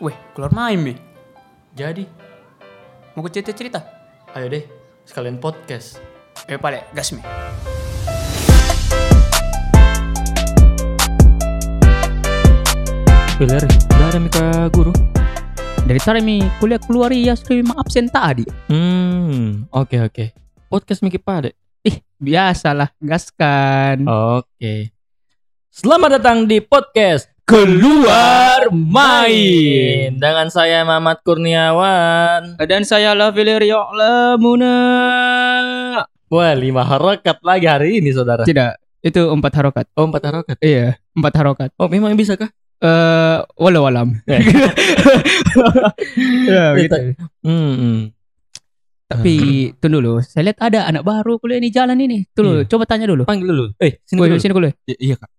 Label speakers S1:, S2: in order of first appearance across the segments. S1: Weh, keluar main nih.
S2: Jadi,
S1: Mau gue cerita-cerita?
S2: ayo deh, sekalian podcast.
S1: Eh, pale, gas mi.
S3: Beler, udah ada Mika Guru.
S1: Dari tadi mi kuliah keluar ya sudah memang absen tadi.
S3: Hmm, oke oke. Podcast Miki Pade.
S1: Ih, biasalah, gaskan.
S3: Oke. Selamat datang di podcast Keluar Main dengan saya Mamat Kurniawan.
S1: Dan saya Lavilerio Lamuna.
S3: Wah, lima harokat lagi hari ini saudara.
S1: Tidak, itu empat harokat.
S3: Oh, empat harokat.
S1: Iya, empat harokat.
S3: Oh, memang bisa kah?
S1: Eh, walau walam.
S3: Eh.
S1: ya, gitu.
S3: Hmm, Hmm.
S1: Tapi tuh dulu, saya lihat ada anak baru kuliah di jalan ini. Tuh dulu,
S3: Iya.
S1: coba tanya dulu.
S3: Panggil dulu. Eh, sini
S1: Woi,
S3: dulu.
S1: sini kuliah.
S3: I- iya kak.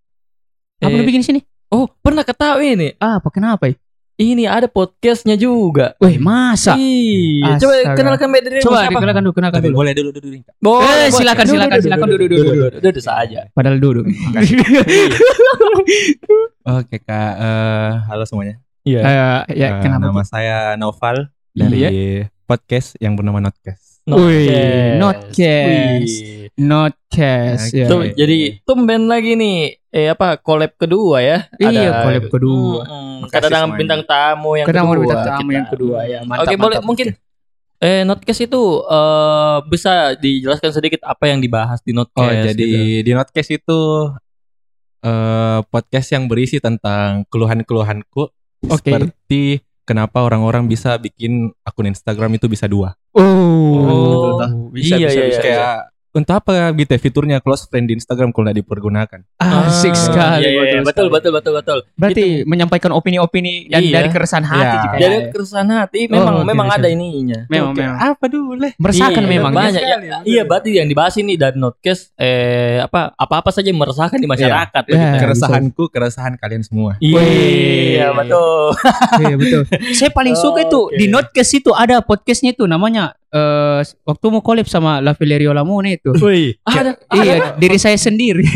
S1: Apa
S3: Eh,
S1: lu bikin di sini?
S3: Oh, pernah ketahui ini.
S1: Ah, apa kenapa? ya?
S3: Ini ada podcastnya juga.
S1: Weh, masa?
S3: Iya. Coba
S1: Astaga.
S3: kenalkan Mbak dirimu
S1: Coba
S3: Eh, siapa?
S1: dikenalkan dulu, kenalkan dulu.
S4: boleh dulu dulu Rinka.
S1: Eh, silakan, silakan, silakan. Duduk, duduk,
S3: duduk, duduk saja.
S1: Padahal dulu. eh,
S4: Oke kak, Eh, halo semuanya.
S3: Iya.
S1: Eh, ya,
S4: Eh,
S1: kenapa? ya?
S4: Nama saya Noval dari
S3: Iya.
S4: podcast yang bernama Notcast.
S1: Wih, notcast. Notcast.
S4: Oke.
S1: ya.
S3: Tuh, jadi tumben lagi nih. Eh apa collab kedua ya?
S1: Iya,
S3: Ada-
S1: collab kedua.
S3: Mm-mm,
S4: Makasih
S3: Kedatangan
S4: semuanya.
S3: bintang tamu yang
S1: Karena
S3: kedua.
S1: mau minta tamu
S3: kita.
S1: yang kedua ya. Mantap,
S3: Oke, boleh
S1: mantap.
S3: mungkin eh Notcast itu eh bisa dijelaskan sedikit apa yang dibahas di Notcast.
S4: Oh jadi
S3: gitu.
S4: di Notcast itu eh, podcast yang berisi tentang keluhan-keluhanku
S1: Oke.
S4: seperti kenapa orang-orang bisa bikin akun Instagram itu bisa dua.
S1: Oh.
S3: Oh, iya, iya,
S4: Terus
S3: iya.
S4: kayak entah apa gitu ya fiturnya close friend di Instagram kalau nggak dipergunakan.
S1: Oh, Asik
S3: Ah,
S1: sekali.
S3: iya, iya, betul, betul, betul, betul.
S1: Berarti menyampaikan opini-opini dan
S3: Iya.
S1: dari keresahan hati
S4: Iya.
S1: juga.
S3: Jadi
S1: ya.
S3: keresahan hati
S1: Oh,
S3: memang
S1: oke,
S3: memang
S1: bisa.
S3: ada ininya.
S1: memang
S4: Oke,
S1: memang Nah,
S4: Apa dulu leh?
S1: meresahkan
S3: Iya,
S1: memang.
S3: banyak
S1: ya.
S3: ya. Iya, berarti yang dibahas ini dari Notcast eh apa apa-apa saja yang meresahkan di masyarakat.
S1: Iya.
S3: begitu.
S1: bisa.
S4: Keresahanku, keresahan kalian semua.
S1: Wih.
S3: Iya, betul.
S1: Iya, betul. Saya paling suka itu
S3: Oke.
S1: di Notcast itu ada podcastnya itu namanya eh waktu mau collab sama La Valerio Lamone itu.
S3: Wih, ada, kan?
S1: iya, diri saya sendiri.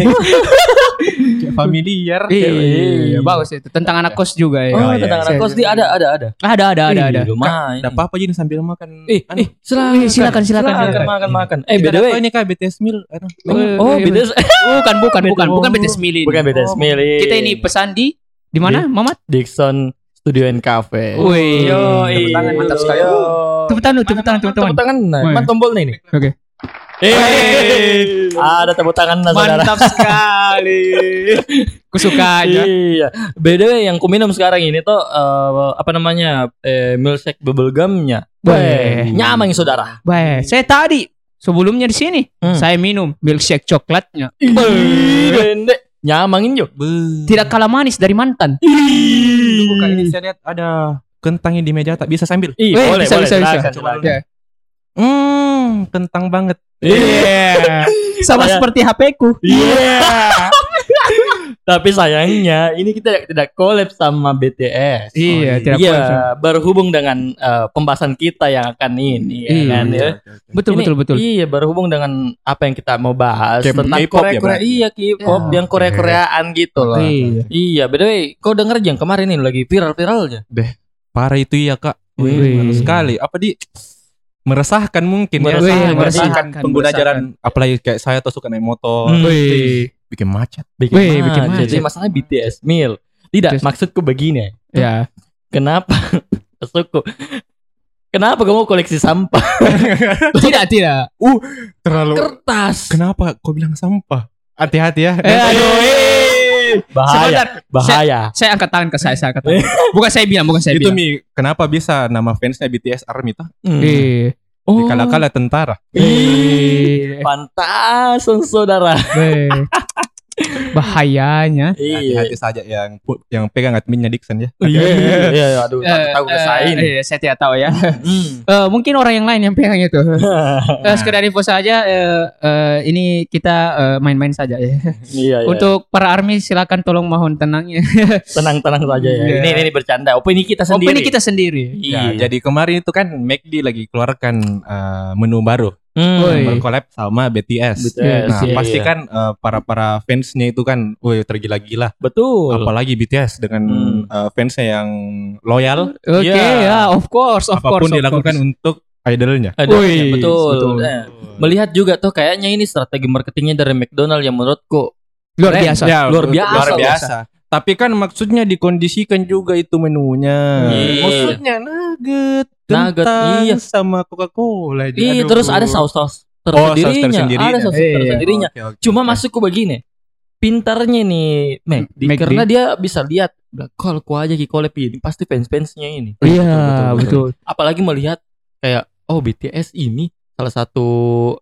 S4: Familiar.
S1: iya, bagus itu. Tentang anak kos juga ya.
S3: Oh,
S4: Oh, iya.
S3: tentang anak kos dia ada ada ada.
S1: Ada, ada, Iya, ada, ada.
S3: Lumayan.
S4: Gak apa-apa jadi sambil makan.
S3: Ih,
S4: anu.
S3: ih, silakan,
S1: Ih, silakan, silakan.
S3: silakan, makan, makan. Eh, by
S4: Kita
S3: the way,
S4: dapat ini kak BTS meal. anu.
S3: oh,
S1: iya,
S3: beda,
S1: Bukan, bukan, bukan, bukan
S3: Oh.
S1: BTS Milin.
S3: bukan beda milih.
S1: Kita ini pesan di di mana, Mamat?
S3: Dixon Studio and Cafe.
S1: Wih.
S3: Tepuk
S1: Tepuk tangan, mantap sekali. Tepuk tangan, tepuk tangan, tepuk tangan.
S3: Tepuk tangan. Nah,
S1: Wih.
S3: mana tombolnya ini?
S1: Oke.
S3: Eh, ada tepuk tangan nah, saudara.
S1: Mantap sekali. Kusuka aja.
S3: Iya. By the way, yang ku minum sekarang ini tuh eh, apa namanya? Eh, milkshake bubble gumnya.
S1: Weh.
S3: Weh, nyamang saudara.
S1: Baik, saya tadi sebelumnya di sini
S3: Hmm.
S1: saya minum milkshake coklatnya.
S3: Ih, Bende. Nyamangin yuk.
S1: Tidak kalah manis dari mantan.
S4: Tunggu kak ini saya lihat ada kentangnya di meja tak bisa sambil.
S3: Ih,
S1: Weh,
S3: boleh,
S1: bisa,
S3: boleh.
S1: bisa, bisa.
S3: silakan, silakan.
S1: Ya.
S4: Hmm, kentang banget.
S1: Iya. Sama
S3: Saya-
S1: seperti HP ku.
S3: Iya. Tapi sayangnya ini kita tidak collab sama BTS.
S1: Iya, tidak
S3: Iya,
S1: boleh.
S3: berhubung dengan eh, pembahasan kita yang akan ini, ya
S1: Iya,
S3: kan, ya.
S1: Betul,
S3: Ini-
S1: betul, betul.
S3: Iya, berhubung dengan apa yang kita mau bahas
S4: K-pop
S3: tentang
S4: ya,
S3: Korea-Korea.
S4: berarti.
S3: iya, K-pop
S1: Ya.
S3: yang Korea-Koreaan gitu loh.
S1: Iya.
S3: Iya, by the way, kau denger yang kemarin ini lagi viral-viralnya.
S4: Parah itu ya kak. Wih,
S1: Wih.
S4: malu sekali. Apa di meresahkan mungkin ya.
S3: Meresahkan,
S4: Wih, meresahkan
S1: meresahkan,
S4: pengguna
S1: meresahkan.
S4: jalan apalagi kayak saya tuh suka naik motor
S3: Hmm.
S1: Wih.
S4: bikin macet.
S3: Bikin
S1: Wih, bikin
S3: macet. Jadi
S1: macet.
S3: masalahnya BTS meal. Tidak,
S1: Terus-
S3: maksudku begini.
S1: Ya.
S3: Kenapa? Maksudku. Kenapa kamu koleksi sampah?
S1: Tidak, tidak.
S4: Terlalu
S3: Kertas.
S4: Kenapa kau bilang sampah? Hati-hati ya.
S1: Eh, aduh.
S3: eh. Bahaya,
S1: Sebentar,
S3: bahaya.
S1: saya angkat tangan ke saya, saya angkat tangan. Bukan saya bilang, bukan saya
S4: itu
S1: bilang.
S4: Mi, kenapa bisa nama fansnya BTS ARMY tuh?
S3: Hmm.
S1: Iya.
S3: Oh.
S4: Dikala-kala tentara.
S1: Iya.
S3: Pantasan saudara.
S1: Weh. eh, Bahayanya.
S4: Hati-hati saja yang yang pegang adminnya Dixon ya.
S3: Iya. Iya, aduh,
S1: Eh,
S3: tahu saya
S1: eh,
S3: ini.
S1: iya, saya tidak tahu ya. Eh, mungkin orang yang lain yang pegang itu. Eh, sekedar info saja eh, eh, ini kita eh, main-main saja ya.
S3: Iya, iya.
S1: Untuk para army silakan tolong mohon tenang ya.
S3: tenang-tenang saja ya.
S1: Iya.
S3: Ini, ini ini bercanda. Opini kita sendiri.
S1: Opini kita sendiri.
S3: Iya.
S4: Ya, jadi kemarin itu kan McD lagi keluarkan eh, menu baru
S3: Hmm.
S1: Woi.
S4: berkolab sama BTS.
S3: BTS,
S4: Nah,
S3: iya.
S4: pasti kan eh, para-para fansnya itu kan, woi tergila-gila.
S3: Betul.
S4: Apalagi BTS dengan
S3: Hmm.
S4: eh, fansnya yang loyal,
S1: Oke
S3: Iya.
S1: ya, of course, of course.
S4: apapun
S1: of
S4: dilakukan
S1: course.
S4: untuk idolnya.
S3: Ada,
S1: Woi,
S3: ya, betul.
S1: betul.
S3: Eh, melihat juga tuh kayaknya ini strategi marketingnya dari McDonald yang menurutku
S1: luar
S3: keren.
S1: biasa. Iya,
S4: Ya,
S3: Iya, Luar biasa,
S4: Luar
S3: luar
S4: biasa. Tapi kan maksudnya dikondisikan juga itu menunya.
S3: Iya.
S4: Maksudnya nugget,
S3: Nugget,
S4: kentang
S3: iya.
S4: sama Coca-Cola.
S3: Iya, terus ada saus-saus
S4: Oh, saus
S3: tersendirinya,
S4: tersendirinya. Nah.
S3: ada saus
S1: Iya.
S3: tersendirinya. Cuma masukku begini. Pintarnya nih Mac,
S1: Mac
S3: karena dia bisa lihat udah kalau ku aja Ki Collab ini pasti fans-fansnya ini.
S1: Iya,
S3: Betul, betul,
S1: betul.
S3: Apalagi melihat kayak oh BTS ini salah satu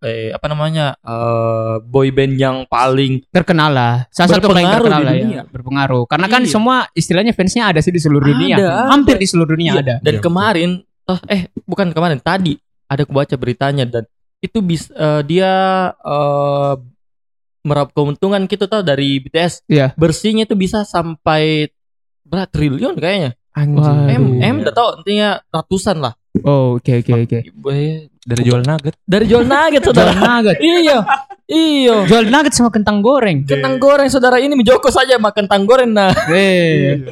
S3: eh apa namanya eh boy band yang paling
S1: Terkenal lah. Salah satu paling
S3: Berpengaruh
S1: terkenal
S3: di
S1: lah
S3: dunia.
S1: ya. Berpengaruh. Karena kan
S3: Iya.
S1: semua istilahnya fansnya ada sih di seluruh dunia.
S3: Ada,
S1: Hampir di seluruh dunia
S3: Iya,
S1: ada.
S3: Dan
S4: Iya,
S3: kemarin toh, eh bukan kemarin tadi ada aku baca beritanya dan itu bis eh, dia eh merap keuntungan gitu tau dari BTS.
S1: Iya.
S3: Bersihnya itu bisa sampai berapa triliun kayaknya.
S1: Wah.
S3: M
S1: Aduh.
S3: M udah tau intinya ratusan lah.
S1: Oh, oke oke oke.
S3: Eh,
S4: dari jual nugget.
S3: Dari jual nugget
S1: Jual
S3: saudara.
S1: nugget.
S3: iya. Iya.
S1: Jual nugget sama kentang goreng.
S3: Kentang goreng saudara ini menjoko saja makan kentang goreng nah.
S4: Iya.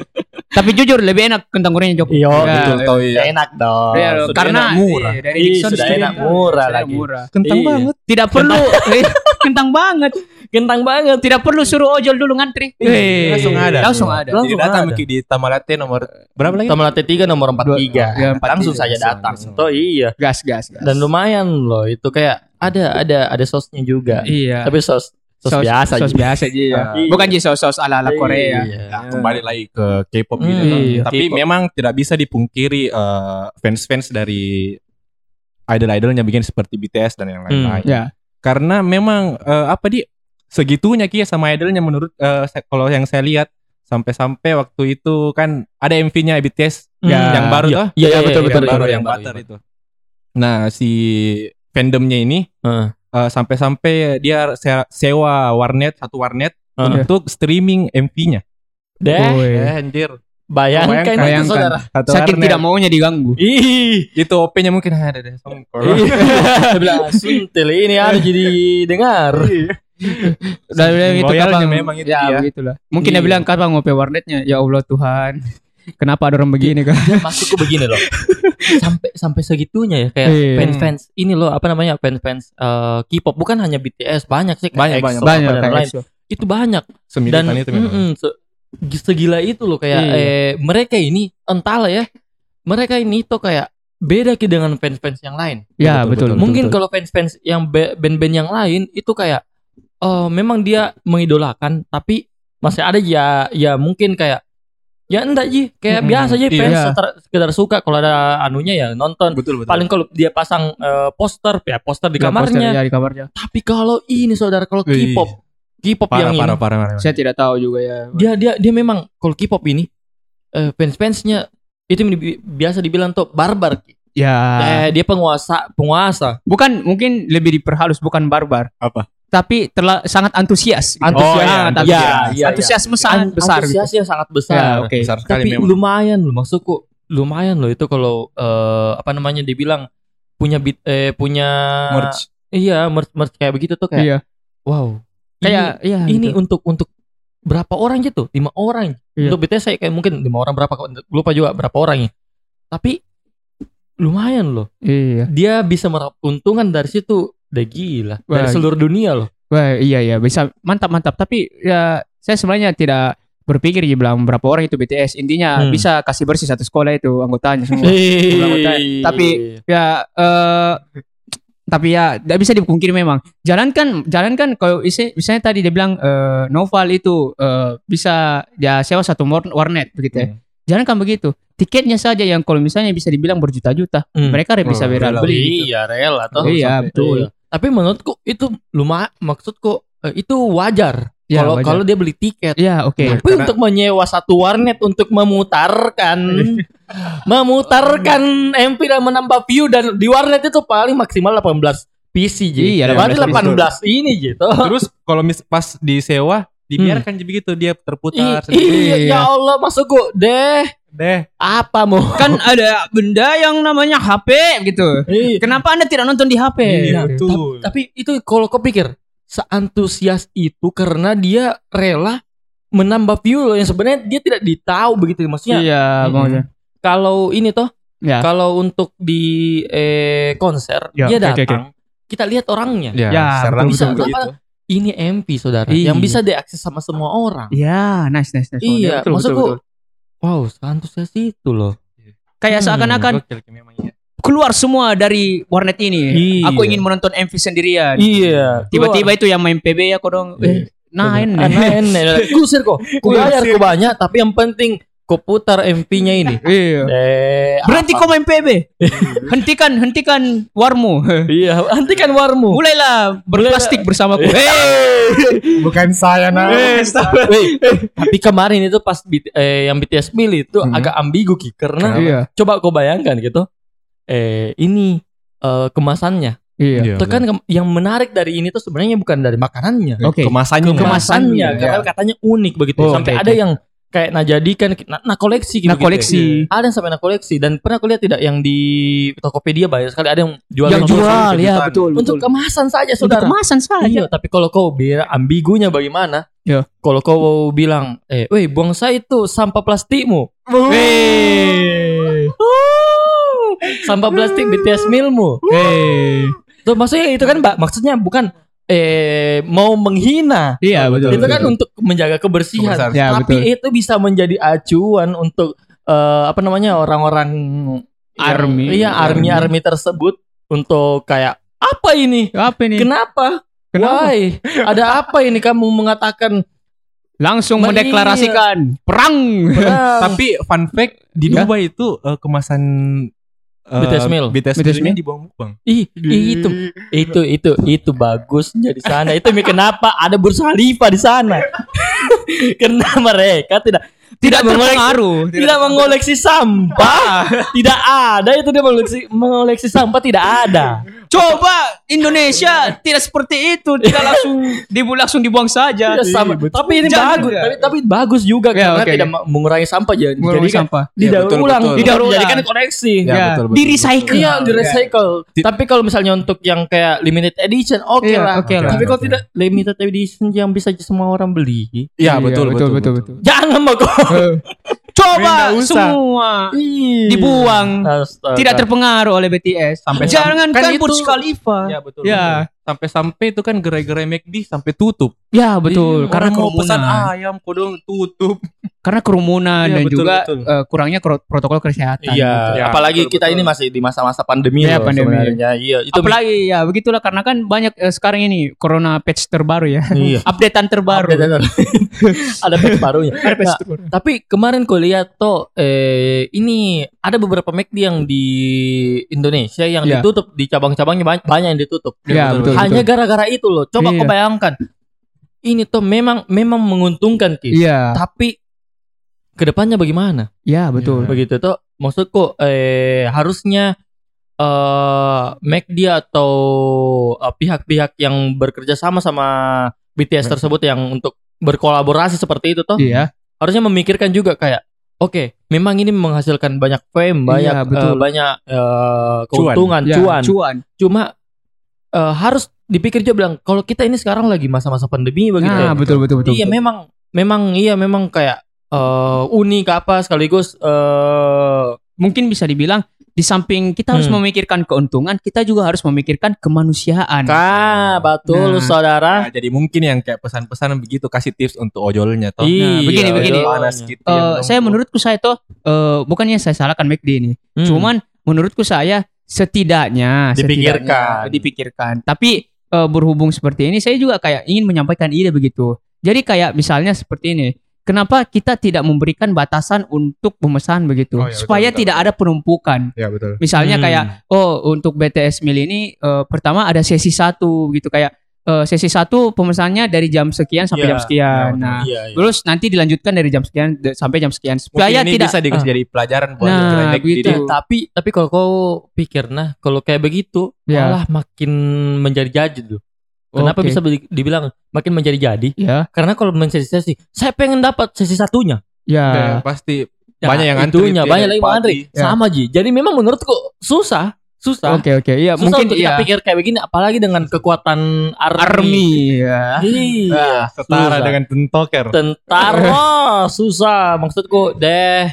S1: Eh. Tapi jujur lebih enak kentang gorengnya Joko.
S3: Iya,
S1: Ya,
S4: Betul tahu ya.
S3: Enak dong.
S1: Iya,
S3: Sudah
S1: karena
S3: enak murah.
S1: iya, dari
S3: Ih,
S1: Dixon
S3: sudah
S1: sendiri
S3: enak
S1: kan.
S3: murah
S1: Sudah
S3: lagi.
S1: murah.
S4: Kentang
S3: Iya.
S4: banget.
S1: Tidak perlu eh, kentang banget.
S3: Kentang banget.
S1: Tidak perlu suruh ojol dulu ngantri.
S3: Iya,
S1: Eh,
S4: Langsung ada.
S1: Langsung ada.
S4: Jadi
S3: Langsung
S4: datang
S3: ada.
S4: Miki, di Tamalate nomor berapa lagi?
S3: Tamalate 3 nomor 43.
S1: Dua- ya, 43.
S3: langsung saja datang.
S4: Langsung.
S3: Toh iya.
S1: Gas gas gas.
S3: Dan lumayan loh itu kayak ada ada ada sausnya juga.
S1: Iya.
S3: Tapi saus saus, biasa
S1: Saus
S3: gitu.
S1: biasa aja ya.
S3: Iya.
S1: Bukan ji saus-saus ala-ala Korea.
S3: Iya.
S4: Nah, kembali lagi ke K-pop gitu
S3: Hmm,
S4: kan.
S1: iya.
S4: Tapi
S3: K-pop.
S4: memang tidak bisa dipungkiri eh, fans-fans dari idol-idolnya bikin seperti BTS dan yang lain-lain.
S1: Hmm, ya.
S4: Karena memang eh, apa di segitunya Kia sama idolnya menurut eh, se- kalau yang saya lihat sampai-sampai waktu itu kan ada MV-nya BTS
S1: Ya.
S4: yang baru
S3: Iya,
S4: toh?
S3: Iya,
S1: Yang
S3: betul
S1: baru,
S3: betul
S4: yang baru
S3: iya,
S4: yang
S3: baru,
S4: butter
S3: iya.
S4: itu. Nah, si fandomnya ini
S3: Heeh.
S4: eh, sampai-sampai dia se- sewa warnet satu warnet
S3: Heeh.
S4: untuk streaming MV-nya.
S3: Deh,
S1: Woi.
S4: anjir.
S3: bayangkan,
S1: Bayangkan.
S3: itu gitu, saudara.
S4: Satu
S1: Saking
S4: warnet. Iya,
S1: tidak maunya diganggu.
S3: Ih,
S4: itu OP-nya mungkin "Ah, ada deh.
S3: Iya. sebelah suntil ini ada jadi dengar.
S1: Udah udah gitu
S4: Loyalnya
S1: kapan
S4: memang itu
S1: ya,
S4: dia.
S1: begitulah. Mungkin dia
S3: Iya.
S1: bilang kapan ngopi warnetnya. Ya Allah Tuhan. Kenapa ada orang begini
S3: Iya,
S1: kan?
S3: Maksudku begini loh. Sampai sampai segitunya ya kayak
S1: Iya.
S3: fans-fans ini loh apa namanya fans-fans eh, K-pop bukan hanya BTS banyak sih kayak EXO,
S4: Banyak, banyak,
S3: apa
S1: Banyak
S3: dan
S1: kayak
S3: lain.
S1: gitu.
S3: Itu banyak
S4: Semilitan
S3: dan
S4: itu memang.
S3: mm-mm, se- segila itu loh kayak
S1: Iya.
S3: eh, mereka ini entahlah ya mereka ini tuh kayak beda ki dengan fans-fans yang lain
S1: Ya, betul. betul,
S3: mungkin
S1: betul.
S3: kalau fans-fans yang be- band-band yang lain itu kayak oh memang dia mengidolakan tapi masih ada ya ya mungkin kayak ya enggak ji kayak
S4: Mm-mm,
S3: biasa aja
S4: iya.
S3: fans setar- sekedar suka kalau ada anunya ya nonton
S4: betul betul.
S3: paling kalau dia pasang eh, poster ya poster di
S1: Ya, poster,
S3: kamarnya
S1: ya, di kamarnya.
S3: tapi kalau ini saudara kalau
S4: iya. Wih.
S3: K-pop K-pop
S4: parah
S3: yang ini
S4: parah parah. parah.
S1: Saya tidak tahu juga ya.
S3: dia dia dia memang kalau K-pop ini eh, fans-fansnya itu yang dibi- biasa dibilang tuh barbar.
S1: Ya,
S4: Ah.
S3: Eh, dia penguasa penguasa.
S1: bukan mungkin lebih diperhalus bukan barbar.
S4: Apa?
S1: Tapi terla- sangat antusias.
S3: Antusias.
S4: Oh, iya,
S1: sangat
S3: iya,
S1: antusias.
S3: iya, iya.
S1: Antusiasme sangat
S3: An-
S1: besar. gitu.
S3: antusiasnya sangat besar.
S1: Ya, oke.
S4: Besar sekali
S3: Tapi
S4: memang.
S3: lumayan loh maksudku. Lumayan loh itu kalau eh, apa namanya dibilang punya bit eh punya
S4: Merch.
S3: Iya, merch merch kayak begitu tuh kayak
S1: Iya.
S3: wow.
S1: Kayak ya
S3: ini, ini
S1: gitu.
S3: untuk untuk berapa orang gitu? Lima orang.
S1: Iya.
S3: Untuk BTS saya kayak mungkin lima orang berapa kok lupa juga berapa orangnya. Tapi lumayan loh.
S1: Iya.
S3: dia bisa meraup keuntungan dari situ udah gila dari
S1: Wah.
S3: seluruh dunia loh
S1: Wah, iya iya bisa mantap mantap. Tapi ya saya sebenarnya tidak berpikir ya bilang berapa orang itu BTS. Intinya
S3: Hmm.
S1: bisa kasih bersih satu sekolah itu anggotanya semua. iya. Tapi- ya eh tapi ya tidak bisa dipungkiri memang. Jalankan jalankan kalau isi- misalnya tadi dia bilang eh, Noval itu eh, bisa ya sewa satu mor- warnet begitu ya.
S4: Hmm.
S1: Jalankan begitu. Tiketnya saja yang kalau misalnya bisa dibilang berjuta-juta.
S3: Hmm.
S1: Mereka bisa
S4: Oh,
S1: rela
S4: rela
S1: beli. gitu.
S3: iya rela toh
S1: Iya, betul.
S3: Iya. tapi menurutku itu lumayan maksudku eh, itu wajar
S1: Ya,
S3: kalau
S1: wajar.
S3: kalau Hmm. dia beli tiket
S1: Ya, oke.
S3: tapi untuk menyewa satu warnet untuk memutarkan memutarkan MP dan menambah view dan di warnet itu paling maksimal 18 PC jadi
S1: Iya,
S3: berarti
S4: 18
S3: 18 ini gitu
S4: Terus kalau mis pas disewa dibiarkan begitu dia
S3: I-
S4: terputar. sendiri.
S3: Iya, ya Allah maksudku deh
S4: Deh.
S3: Apa mau?
S1: kan ada benda yang namanya HP gitu. Kenapa Anda tidak nonton di HP?
S4: Iya,
S1: Gitu.
S4: betul.
S3: Tapi itu kalau kau pikir seantusias itu karena dia rela menambah view loh yang sebenarnya dia tidak ditahu begitu maksudnya.
S1: Iya, Bang.
S3: Mm-mm. Kalau ini toh
S1: Ya.
S3: kalau untuk di eh, konser
S1: Ya,
S4: Iya
S3: dia
S1: oke, oke,
S3: datang kita lihat orangnya.
S4: Ya,
S1: Ya,
S4: secara
S1: betul,
S4: langsung
S3: betul,
S4: kayak
S3: betul. Ini MP saudara
S1: Iya.
S3: yang bisa diakses sama semua orang.
S1: Iya, nice nice nice. Betul,
S3: Iya,
S1: betul,
S3: maksudku
S1: betul.
S3: wow, seantusias itu loh.
S1: kayak
S3: Hmm,
S1: seakan-akan
S4: gitu. Gokil, memang iya.
S1: keluar semua dari warnet ini.
S3: Iya.
S1: Aku ingin menonton MV sendirian.
S3: Iya,
S1: Tiba-tiba itu yang main PB ya kok dong. Eh, nain.
S3: Kusir kok. Ku bayar ku banyak tapi yang penting ku putar MP-nya ini.
S1: Iya.
S3: Eh,
S1: Berhenti
S3: apa?
S1: kau main PB. hentikan, hentikan warmu.
S3: Iya, hentikan warmu.
S1: Mulailah Iya. berplastik bersamaku. Eh. Hey.
S5: Bukan saya nah.
S3: Weh, tapi kemarin itu pas B- eh, yang BTS milih itu
S1: Hmm.
S3: agak ambigu Ki karena
S1: Iya.
S3: coba kau bayangkan gitu. Eh, ini eh, kemasannya.
S1: Iya.
S4: Iya,
S3: Tekan kem- yang menarik dari ini tuh sebenarnya bukan dari makanannya.
S1: Oke.
S4: Kemasannya.
S3: Kemasannya karena katanya unik
S1: Iya.
S3: begitu. ya.
S1: Oh,
S3: Sampai
S1: oke,
S3: ada yang kayak najadikan nah, nah koleksi gitu.
S1: Nah, koleksi.
S3: Ada yang sampai nah koleksi dan pernah aku lihat tidak yang di Tokopedia banyak sekali ada yang jual
S1: Yang
S3: sama-
S1: jual ya betul.
S3: gitu. untuk
S1: betul.
S3: kemasan saja
S1: Untuk
S3: saudara.
S1: kemasan saja.
S3: Iya, tapi kalau kau bilang ambigunya bagaimana?
S1: Iya.
S3: Kalau kau bilang, eh, weh, buang saya itu sampah plastikmu,
S1: Hey.
S3: sampah plastik BTS milmu.
S1: Hey.
S3: Tuh maksudnya itu kan, Mbak, maksudnya bukan eh mau menghina.
S1: Iya betul.
S3: itu kan
S1: betul.
S3: untuk menjaga kebersihan.
S4: Kebersihan.
S1: Ya,
S3: tapi
S1: betul.
S3: itu bisa menjadi acuan untuk eh, apa namanya orang-orang yang-
S1: Army.
S3: Iya,
S1: Army.
S3: army-army tersebut untuk kayak apa ini?
S1: apa ini?
S3: Kenapa?
S1: Kenapa?
S3: Why? Ada apa ini kamu mengatakan
S1: Langsung
S3: Bah, iya.
S1: mendeklarasikan perang.
S3: perang?
S4: Tapi fun fact di
S1: Ya.
S4: Dubai itu eh, kemasan eh,
S3: BTS meal.
S4: BTS
S1: BTS
S4: meal-nya
S1: meal.
S4: dibuang-buang.
S3: Ih, ih, itu itu itu itu bagusnya di sana. Itu mi- kenapa ada Bursa Khalifa di sana? Karena mereka tidak
S1: Tidak
S3: mengoleksi,
S1: berpengaruh. Ah.
S3: tidak mengoleksi sampah. tidak ada itu dia mengoleksi mengoleksi sampah tidak ada.
S1: Coba Indonesia tidak seperti itu, tidak langsung dibu langsung dibuang saja.
S3: Tidak sama. Tapi ini
S1: Jangan
S3: bagus.
S1: Iya, juga.
S3: Tapi, tapi bagus juga
S1: Ya,
S3: karena
S1: oke,
S3: tidak ma- mengurangi sampah jadi
S1: Mengurangi sampah. Iya,
S3: Didaur
S4: betul,
S3: ulang,
S4: betul.
S1: Didaur ulang.
S3: dijadikan koleksi.
S1: Iya.
S4: Ya, betul, betul,
S1: di recycle.
S3: Iya, di recycle. Tapi kalau misalnya untuk yang kayak limited edition, oke
S1: Iya,
S3: lah.
S1: oke lah.
S3: Tapi kalau
S4: Oke.
S3: tidak limited edition yang bisa semua orang beli,
S4: Iya, betul, betul, betul,
S3: jangan mau kok.
S1: Coba
S5: Nggak usah.
S1: semua Iya. dibuang.
S3: Astaga.
S1: Tidak terpengaruh oleh BTS.
S4: Sampai
S1: Jangan kan,
S3: kan itu-
S1: Burj Khalifa.
S4: Iya, betul.
S1: Ya.
S4: Sampai-sampai itu kan gerai-gerai McD sampai tutup.
S1: Ya betul,
S4: Iya,
S1: karena
S4: orang mau
S1: kerumunan,
S4: pesan ayam kodong tutup.
S1: karena kerumunan
S4: Iya,
S1: dan
S4: betul,
S1: juga
S4: betul.
S1: eh, kurangnya kro- protokol kesehatan.
S3: Iya,
S4: Ya,
S3: apalagi
S4: betul,
S3: kita
S4: betul.
S3: ini masih di masa-masa pandemi
S1: Iya,
S3: loh
S1: pandemi.
S3: sebenarnya. Iya, itu
S1: Apalagi ya begitulah karena kan banyak eh, sekarang ini corona patch terbaru ya,
S3: Iya.
S1: updatean terbaru.
S3: Ada- ada- ada patch barunya. Nah, tapi kemarin kau lihat tuh eh ini ada beberapa McD yang di Indonesia yang
S1: Iya.
S3: ditutup di cabang-cabangnya banyak, banyak yang ditutup.
S1: Iya, betul,
S3: Hanya gara-gara itu loh. Coba
S1: Iya.
S3: kau bayangkan. Ini tuh memang memang menguntungkan Ki.
S1: Iya,
S3: Tapi kedepannya bagaimana?
S1: iya betul.
S3: Begitu tuh maksudku eh harusnya eh McD atau eh, pihak-pihak yang bekerja sama sama BTS tersebut yang untuk berkolaborasi seperti itu toh
S1: Iya,
S3: harusnya memikirkan juga kayak oke memang ini menghasilkan banyak fame banyak
S1: Iya, betul.
S3: eh, banyak eh,
S4: Cuan.
S3: keuntungan
S1: ya,
S3: cuan, cuma eh, harus dipikir juga bilang kalau kita ini sekarang lagi masa-masa pandemi begitu
S1: Nah,
S3: ya.
S1: betul betul betul.
S3: iya memang memang iya memang kayak eh, unik apa sekaligus eh
S1: mungkin bisa dibilang di samping kita harus
S3: Hmm.
S1: memikirkan keuntungan, kita juga harus memikirkan kemanusiaan.
S3: kah betul
S1: Nah.
S3: saudara
S4: Nah, jadi mungkin yang kayak pesan-pesan begitu kasih tips untuk ojolnya toh.
S3: Iya,
S1: begini, begini.
S4: Panas
S3: ojolnya.
S4: gitu
S1: Eh,
S4: yang dong.
S1: saya menurutku saya tuh eh, bukannya saya salahkan McD ini,
S3: Hmm.
S1: cuman menurutku saya setidaknya
S3: Dipikirkan.
S1: setidaknya dipikirkan. Tapi eh, berhubung seperti ini, saya juga kayak ingin menyampaikan ide begitu. Jadi kayak misalnya seperti ini. Kenapa kita tidak memberikan batasan untuk pemesan begitu
S5: Oh, ya, betul,
S1: supaya
S5: betul.
S1: tidak ada penumpukan.
S5: Ya betul.
S1: Misalnya
S3: Hmm.
S1: kayak oh untuk BTS Mil ini eh, pertama ada sesi satu gitu kayak eh, sesi satu pemesannya dari jam sekian sampai
S3: Iya,
S1: jam sekian.
S4: iya,
S1: nah,
S3: Iya, iya.
S1: terus nanti dilanjutkan dari jam sekian de- sampai jam sekian.
S4: mungkin
S1: Supaya
S4: ini
S1: tidak
S4: bisa dikasih jadi pelajaran buat
S1: Nah,
S4: gerai McD
S1: begitu.
S4: deh.
S3: Ya, tapi tapi kalau kau pikir nah kalau kayak begitu
S1: Ya.
S3: malah makin menjadi jadi tuh. Kenapa
S1: Oke.
S3: bisa beli- dibilang makin menjadi jadi?
S1: ya
S3: Karena kalau main sesi-sesi, saya pengen dapat sesi satunya.
S1: ya
S4: Kayak Iya, pasti
S3: Nah,
S4: Banyak yang antri,
S3: itunya,
S4: dia
S3: banyak
S4: dari
S3: lagi yang
S4: pagi.
S3: antri.
S1: Ya.
S3: Sama Ji. Jadi memang menurutku susah, susah.
S1: Oke oke iya
S3: Susah
S1: mungkin
S3: untuk
S1: iya.
S3: kita pikir kayak begini apalagi dengan kekuatan army.
S1: Army ya.
S3: Iya.
S4: setara
S3: Susah.
S4: dengan tentoker.
S3: Tentara susah maksudku deh.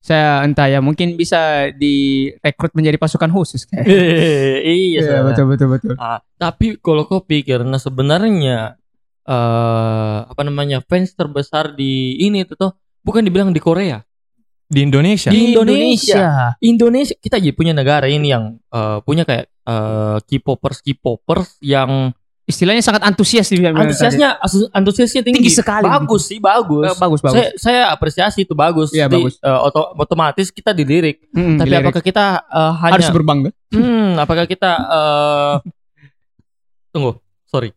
S1: Saya entah ya mungkin bisa direkrut menjadi pasukan khusus kayak.
S3: iya. saudara.
S1: betul betul betul.
S3: Ah, tapi kalau kau pikir nah sebenarnya eh apa namanya fans terbesar di ini itu tuh bukan dibilang di Korea.
S4: Di Indonesia.
S3: Di Indonesia kita jadi punya negara ini yang eh, punya kayak eh, K-popers K-popers yang
S1: Istilahnya sangat antusias di
S3: antusiasnya asus- antusiasnya Iya, tinggi.
S1: Tinggi sekali.
S3: Bagus sih, bagus.
S1: bagus bagus.
S3: Saya, saya apresiasi itu bagus.
S1: Iya,
S3: Di-
S1: bagus.
S3: eh, oto- otomatis kita dilirik.
S1: Mm-mm,
S3: Tapi
S1: dilirik.
S3: apakah kita eh, hanya
S1: Hmm, harus berbangga?
S3: Hmm, apakah kita eh tunggu, sorry.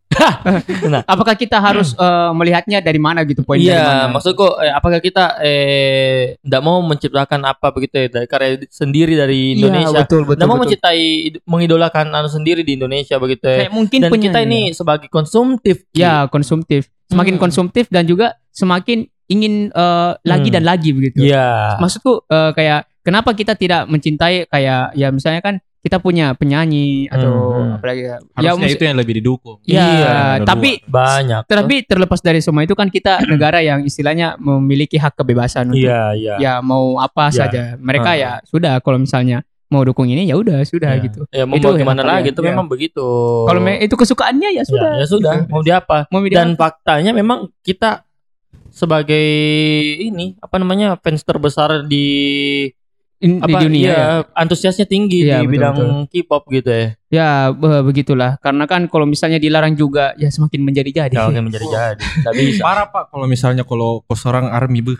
S1: Apakah kita harus eh, melihatnya dari mana gitu poin dari
S3: Hmm. Iya,
S1: mana?
S3: maksudku eh, apakah kita eh tidak mau menciptakan apa begitu ya dari karya sendiri dari
S1: Iya,
S3: Indonesia.
S1: betul betul.
S3: Tidak mau
S1: betul.
S3: mencintai mengidolakan anu sendiri di Indonesia begitu ya.
S1: Kayak mungkin
S3: Dan
S1: punya-
S3: kita ini sebagai konsumtif. Ki.
S1: ya konsumtif. Semakin
S3: Hmm.
S1: konsumtif dan juga semakin ingin eh, lagi
S3: Hmm.
S1: dan lagi begitu.
S3: Iya.
S1: maksudku eh, kayak kenapa kita tidak mencintai kayak ya misalnya kan kita punya penyanyi atau
S3: Hmm.
S1: apalagi ya
S4: Harusnya
S1: mus-
S4: itu yang lebih didukung.
S1: ya
S3: Iya,
S4: nomor
S1: tapi
S3: Banyak.
S1: tapi terlepas dari semua itu kan kita negara yang istilahnya memiliki hak kebebasan untuk
S3: Iya, iya.
S1: ya mau apa
S3: Ya.
S1: saja mereka
S3: Ah.
S1: ya sudah kalau misalnya mau dukung ini ya udah sudah
S3: Iya.
S1: gitu
S3: Ya mau itu
S1: yang
S3: gimana
S1: kalian-
S3: lagi itu
S1: iya.
S3: memang begitu.
S1: kalau me- itu kesukaannya ya sudah
S3: ya, ya sudah,
S1: gitu.
S3: mau dia apa?
S1: mau
S3: dan
S1: dan
S3: faktanya memang kita sebagai ini apa namanya fans terbesar di apa
S1: di dunia
S3: iya,
S1: ya.
S3: antusiasnya tinggi
S1: Iya,
S3: di
S1: betul,
S3: bidang K-pop gitu ya.
S1: ya be- begitulah karena kan kalau misalnya dilarang juga ya semakin menjadi jadi
S3: Ya oke menjadi jadi. Enggak bisa.
S4: Parah pak kalau misalnya kalau kau seorang army beh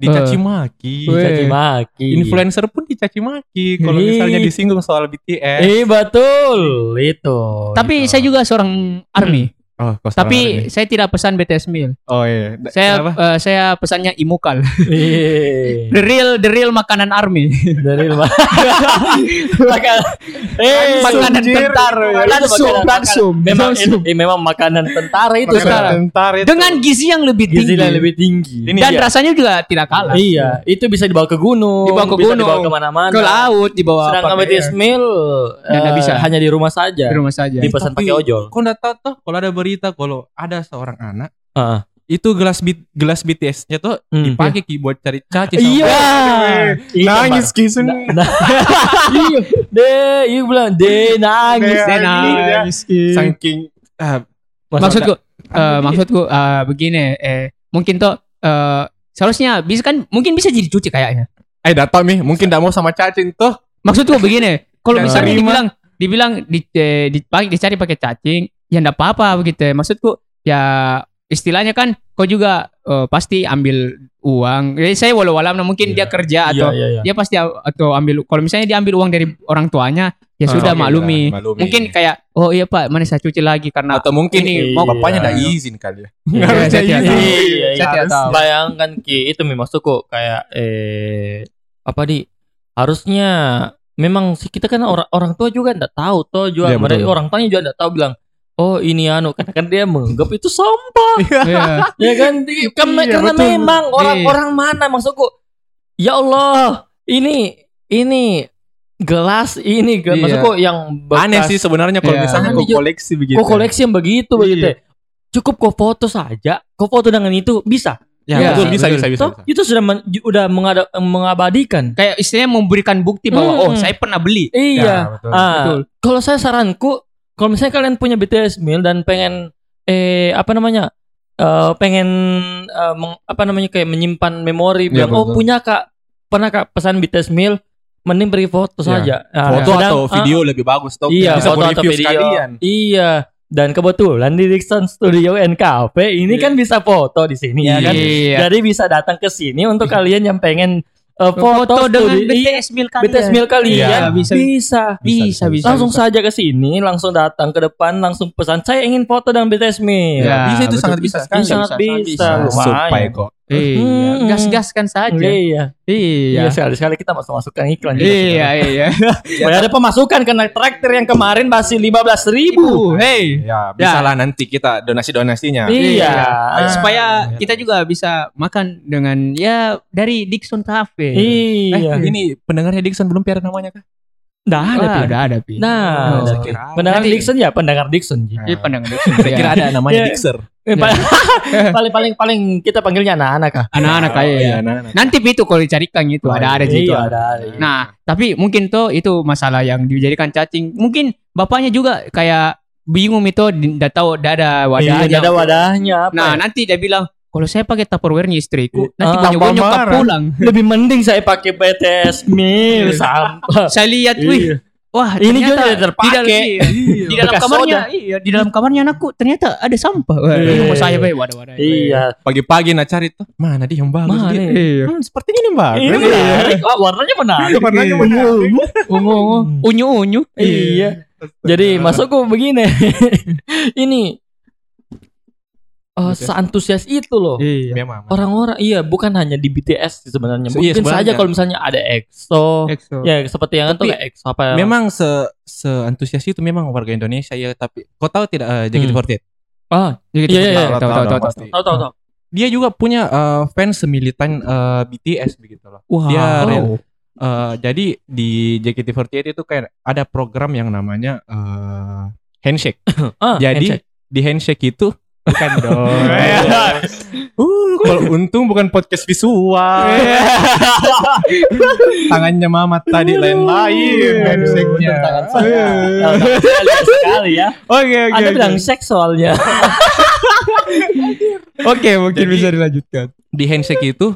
S4: dicaci maki.
S1: Weh.
S3: Caci maki.
S4: Influencer pun dicaci maki kalau
S3: Ih.
S4: misalnya disinggung soal BTS.
S3: Eh betul itu.
S1: tapi
S3: itu.
S1: saya juga seorang army
S4: Oh, kau seorang
S1: Tapi
S4: army.
S1: saya tidak pesan BTS meal.
S4: oh iya. Da-
S1: Saya
S4: kenapa?
S1: eh, saya pesannya imukal.
S3: Iya. Ih,
S1: The real the real makanan army.
S3: dari rumah. Makan- Eh,
S1: makanan
S3: sumjir.
S1: tentara.
S3: Itu
S1: Langsung
S3: makanan-
S1: langsung.
S3: Memang
S1: langsung.
S3: eh, memang makanan tentara itu
S4: Makanan
S3: sekarang.
S4: tentara itu.
S1: Dengan gizi yang lebih tinggi.
S3: Gizi yang lebih tinggi.
S4: Ini
S1: Dan
S4: dia.
S1: rasanya juga tidak kalah.
S3: Iya, itu bisa dibawa ke gunung,
S1: Dibawa ke
S3: bisa
S1: gunung,
S3: dibawa kemana-mana.
S1: Ke laut di bawah
S3: Sedangkan
S1: apa,
S3: BTS
S1: kayak-
S3: meal
S1: Ya, nggak
S3: eh,
S1: bisa.
S3: hanya di rumah saja.
S1: di rumah saja.
S3: Dipesan
S4: Tapi
S3: pakai ojol.
S4: Kau nggak tahu tuh kalau ada berita kalau ada seorang anak
S3: Heeh.
S4: itu gelas bi- gelas BTS-nya tuh
S3: Hmm.
S4: dipakai Ki, buat cari caci sama-
S3: Iya. Iya,
S4: Nangis Ki Sun.
S3: Iya. Deh, iya bilang deh nangis. ya.
S4: Deh,
S1: Nah, Sang-
S4: Saking ah,
S1: Maksudku eh, maksudku eh, begini eh mungkin toh eh, seharusnya bisa kan mungkin bisa jadi cuci kayaknya.
S4: eh datang nih mungkin enggak mau sama cacing tuh.
S1: Maksudku begini, kalau
S4: Dan
S1: misalnya
S4: terima.
S1: dibilang dibilang di, eh, di- pagi dicari pakai cacing, ya enggak apa-apa begitu. Maksudku ya istilahnya kan kau juga eh, pasti ambil uang. Jadi saya walau walam mungkin dia kerja
S3: Iya,
S1: atau
S3: iya, iya.
S1: dia pasti a- atau ambil kalau misalnya dia ambil uang dari orang tuanya ya
S4: Ah,
S1: sudah
S4: oke,
S1: maklumi.
S4: ya, maklumi.
S1: Mungkin kayak oh iya Pak, mana saya cuci lagi karena
S4: atau mungkin
S1: ini
S4: ini
S1: mau-
S3: Iya.
S4: bapaknya enggak izin kali ya.
S1: Iya,
S4: Harusnya
S1: saya tidak
S4: izin.
S1: tahu.
S3: Iya,
S1: Saya tidak tahu.
S3: Bayangkan Ki, itu memang maksudku kayak eh apa di harusnya memang sih kita kan orang orang tua juga enggak tahu toh juga
S4: Iya,
S3: mereka
S4: betul.
S3: orang tuanya juga enggak tahu bilang Oh ini anu karena kan dia menganggap itu sampah
S1: Iya.
S3: ya kan Di- kan-
S4: Iya,
S3: karena
S4: betul.
S3: memang orang-orang mana maksudku ya Allah ini ini gelas ini gelas
S4: Iya.
S3: maksudku yang bekas
S4: Aneh sih gitu. Iya. sebenarnya kalau
S1: Iya.
S4: misalnya
S3: Aneh
S4: kau
S3: juga.
S4: koleksi begitu.
S3: kok koleksi yang begitu begitu ya? cukup kau foto saja kau foto dengan itu bisa
S4: Ya,
S1: Iya,
S4: betul, bisa,
S1: betul.
S4: bisa, bisa,
S3: Toh,
S4: bisa.
S3: itu sudah men- udah mengada- mengabadikan
S1: Kayak istilahnya memberikan bukti bahwa
S3: Hmm.
S1: oh saya pernah beli.
S3: iya
S4: Ya, betul.
S3: Ah,
S1: Betul.
S3: kalau saya saranku kalau misalnya kalian punya BTS meal dan pengen eh apa namanya eh, pengen eh, meng- apa namanya kayak menyimpan memori
S4: Iya,
S3: bilang, oh
S4: betul.
S3: punya kak pernah kak pesan BTS meal mending beri foto
S4: Iya.
S3: saja Ah,
S4: foto
S3: sedang-
S4: atau
S3: ah,
S4: video lebih bagus toh.
S3: iya
S4: bisa
S3: foto atau
S4: kau review
S3: video
S4: sekalian.
S3: iya dan kebetulan di Dixon Studio and Cafe ini
S4: Iya.
S3: kan bisa foto di sini ya kan
S1: Iya.
S3: jadi bisa datang ke sini untuk kalian yang pengen eh, foto,
S1: Foto dengan
S3: studi- iya,
S1: BTS Mil kalian.
S3: BTS meal kalian
S1: Iya, bisa.
S3: bisa
S1: bisa bisa.
S3: langsung saja ke sini, langsung datang ke depan, langsung pesan saya ingin foto dengan BTS Mil.
S1: Ya,
S4: bisa itu
S1: betul.
S4: sangat bisa sekali.
S3: Iya, Bisa, sangat bisa.
S4: Nah,
S3: Lumayan.
S4: Supaya kok
S1: Iya,
S3: Hmm.
S1: gas-gaskan saja.
S3: Iya.
S1: Iya.
S3: Iya, sekali-sekali kita masuk-masukkan iklan. juga
S1: Iya, iya.
S3: sekarang. Supaya ada pemasukan karena traktir yang kemarin masih 15 ribu.
S1: Ibu, hey.
S4: Ya, bisa lah nanti kita donasi-donasinya.
S3: Iya. Ah.
S1: Supaya kita juga bisa makan dengan ya dari Dixon Cafe.
S3: Iya.
S4: Eh, ini pendengarnya Dixon belum piara namanya kah?
S1: Dah ada,
S3: Pi.
S1: Dah Ah, ada, Pi.
S3: Nah,
S1: Oh.
S4: Saya kira.
S3: pendengar
S1: Nanti-
S3: Dixon ya, pendengar Dixon. Ji.
S1: Iya, pandangan Dixon.
S4: Saya
S1: ya.
S4: Ah. kira ada namanya
S3: Iya.
S4: Dixer.
S3: Eh, pa- paling paling paling kita panggilnya anak-anak kah?
S1: anak-anak kayak ya.
S4: Oh, iya, anak-anak.
S1: Nanti Pi, itu kalau dicarikan gitu
S4: Oh,
S1: ada ada
S4: iya.
S1: gitu.
S3: Iya, ada. ada.
S1: Nah, tapi mungkin tuh itu masalah yang dijadikan cacing. Mungkin bapaknya juga kayak bingung itu tidak tahu dah ada
S3: Iya,
S1: wadahnya.
S3: ada wadahnya. apa
S1: Nah,
S3: ya?
S1: nanti dia bilang kalau saya pakai tupperware istriku, nanti
S3: Ah,
S1: punya gue
S4: tambah
S1: nyokap
S4: marah.
S1: pulang.
S3: lebih mending saya pakai BTS meal sampah.
S1: Saya lihat,
S3: Iya.
S1: wih, wah
S3: Ini juga
S1: ternyata
S3: tidak terpakai.
S1: Di dalam, iya. di dalam
S3: Bekas
S1: kamarnya,
S3: soda.
S1: iya, di dalam kamarnya anakku ternyata ada sampah. Wah,
S3: Iya.
S1: ini mau saya baik, wadah-wadah.
S3: Iya.
S4: Pagi-pagi nak cari tuh. Mana dia yang bagus?
S3: Mana Iya.
S4: dia?
S3: ya?
S1: Iya.
S4: Hmm, sepertinya ini bagus.
S3: Ini menarik. Wah, warnanya menarik. Hmm.
S4: Warnanya menarik.
S1: Ungu-ungu, unyu-unyu.
S3: Iya. Jadi masukku begini. Ini eh seantusias itu loh.
S1: Iya.
S4: Memang.
S3: Orang-orang iya bukan hanya di BTS sih sebenarnya.
S4: Iya,
S3: Mungkin
S4: sebenarnya.
S3: saja kalau misalnya ada EXO.
S1: EXO.
S3: Ya seperti yang itu
S4: Tapi
S3: kayak EXO apa ya?
S4: Memang se seantusias itu memang warga Indonesia ya, tapi kau tahu tidak eh, JKT48?
S3: ah
S1: Gitu, tahu,
S3: Iya, iya, iya.
S1: tahu, tahu, tahu, tahu.
S3: tahu tahu tahu.
S4: Dia juga punya eh, fans semilitan eh, BTS begitu loh. Dia rela- eh, jadi di JKT48 itu kayak ada program yang namanya eh, handshake.
S3: Ah,
S4: Jadi
S3: handshake. Iya,
S4: di handshake itu bukan dong. uh, kalau untung bukan podcast visual. Tangannya Mamat tadi lain-lain handshake-nya.
S3: tangan saya. Tahu, tahu. Sekali- sekali ya.
S1: Oke, oke.
S3: Anda
S1: oke.
S3: bilang seks soalnya.
S1: Oke, mungkin
S4: Jadi-
S1: bisa dilanjutkan.
S4: Di handshake itu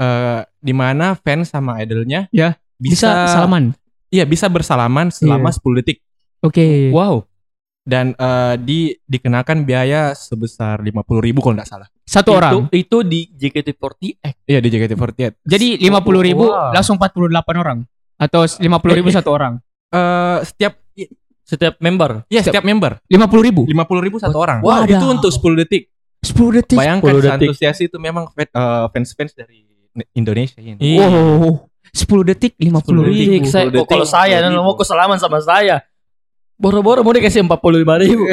S4: eh di mana fans sama idolnya
S1: Ya, Bisa, salaman.
S4: Iya, bisa bersalaman selama 10 detik.
S1: Oke.
S4: Wow. Dan eh, di dikenakan biaya sebesar 50.000 ribu kalau nggak salah.
S1: Satu orang.
S3: Itu itu di JKT48.
S4: Iya di JKT48.
S1: Jadi 50.000 ribu
S3: Wah.
S1: langsung 48 orang eh. atau 50.000 ribu satu orang.
S4: Eh, setiap
S3: Setiap member.
S4: ya setiap member
S1: 50.000 ribu.
S4: 50.000 ribu satu orang.
S3: Wah,
S4: itu
S3: ada.
S4: untuk 10 detik.
S1: 10 detik.
S4: Bayangkan
S3: 10 detik.
S4: antusiasi itu memang fan- eh, fans-fans dari Indonesia ini.
S1: Iya. Wow. 10 detik 50
S4: 10
S1: ribu.
S4: detik.
S3: Iya, saya,
S4: Sepuluh detik,
S3: kalau saya dan
S4: sepuluh
S3: mau
S4: ribu.
S3: kesalaman sama saya. Boro-boro mau dikasih 45 ribu.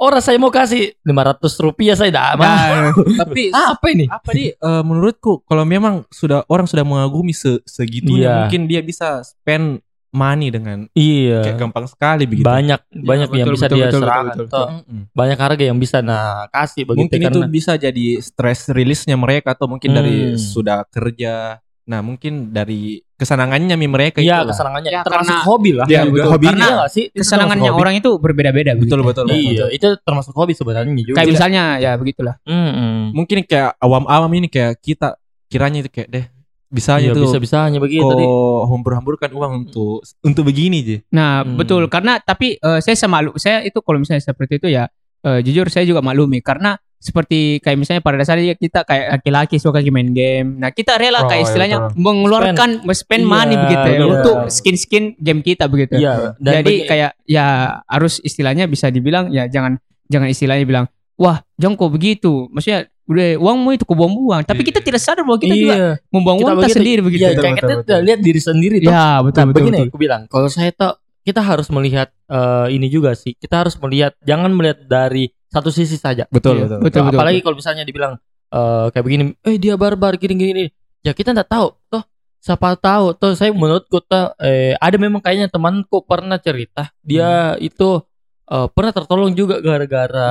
S3: Orang saya mau kasih 500 rupiah saya dah aman.
S1: Nah,
S4: Tapi
S3: apa ini?
S4: apa di eh, menurutku kalau memang sudah orang sudah mengagumi se segitunya
S3: Iya.
S4: mungkin dia bisa spend money dengan kayak
S3: Iya.
S4: gampang sekali begitu.
S3: Banyak banyak yang
S1: betul,
S3: bisa
S1: betul,
S3: dia
S1: betul,
S3: serahkan.
S1: betul,
S3: Toh,
S4: Mm-mm.
S3: Banyak harga yang bisa nah kasih begitu
S4: mungkin itu
S3: karena
S4: bisa jadi stress rilisnya mereka atau mungkin
S3: Hmm.
S4: dari sudah kerja nah mungkin dari kesenangannya mi mereka
S3: Iya,
S4: itu lah.
S3: kesenangannya
S1: Ya,
S3: termasuk
S1: karena-
S3: hobi lah.
S4: Iya,
S3: Iya,
S4: betul.
S3: hobinya
S1: Karena
S3: iya nggak sih? Itu
S1: Kesenangannya
S3: termasuk
S1: orang itu berbeda-beda.
S4: betul
S1: begitu.
S4: betul, Iya.
S3: hobi.
S4: betul.
S3: Iya, itu termasuk hobi sebenarnya juga.
S1: Kayak misalnya ya begitulah.
S3: Mm-mm.
S4: mungkin kayak awam-awam ini kayak kita kiranya itu kayak deh bisa
S3: Iya,
S4: itu
S3: bisa-bisanya begitu
S4: kok
S3: tadi.
S4: hambur-hamburkan uang untuk untuk begini je
S1: Nah,
S3: Hmm.
S1: betul karena tapi eh, saya sama saya itu kalau misalnya seperti itu ya eh, jujur saya juga maklumi karena seperti kayak misalnya pada dasarnya kita kayak laki-laki suka main game. Nah, kita rela
S4: Oh,
S1: kayak
S4: iya,
S1: istilahnya mengeluarkan spend
S3: Iya,
S1: money begitu ya,
S3: betul.
S1: untuk skin-skin game kita begitu.
S3: Iya, dan
S1: Jadi
S3: bagi-
S1: kayak ya harus istilahnya bisa dibilang ya jangan jangan istilahnya bilang wah jongko begitu. Maksudnya udah uangmu itu ku buang-buang.
S3: Iya.
S1: Tapi kita tidak sadar bahwa kita juga membuang
S3: kita
S1: uang kita
S3: begitu.
S1: sendiri begitu.
S3: Iya, kayak kita udah lihat diri sendiri tuh.
S1: Ya, betul
S3: Nah,
S1: betul.
S3: begini
S1: betul.
S3: aku bilang, kalau saya tuh kita harus melihat eh, ini juga sih. Kita harus melihat jangan melihat dari satu sisi saja.
S4: betul
S1: Iya,
S4: betul
S1: betul, betul,
S3: Apalagi kalau misalnya dibilang eh, kayak begini, eh dia barbar gini-gini. Ya kita nggak tahu toh siapa tahu toh saya menurutku tuh eh, ada memang kayaknya temanku pernah cerita dia itu eh, pernah tertolong juga gara-gara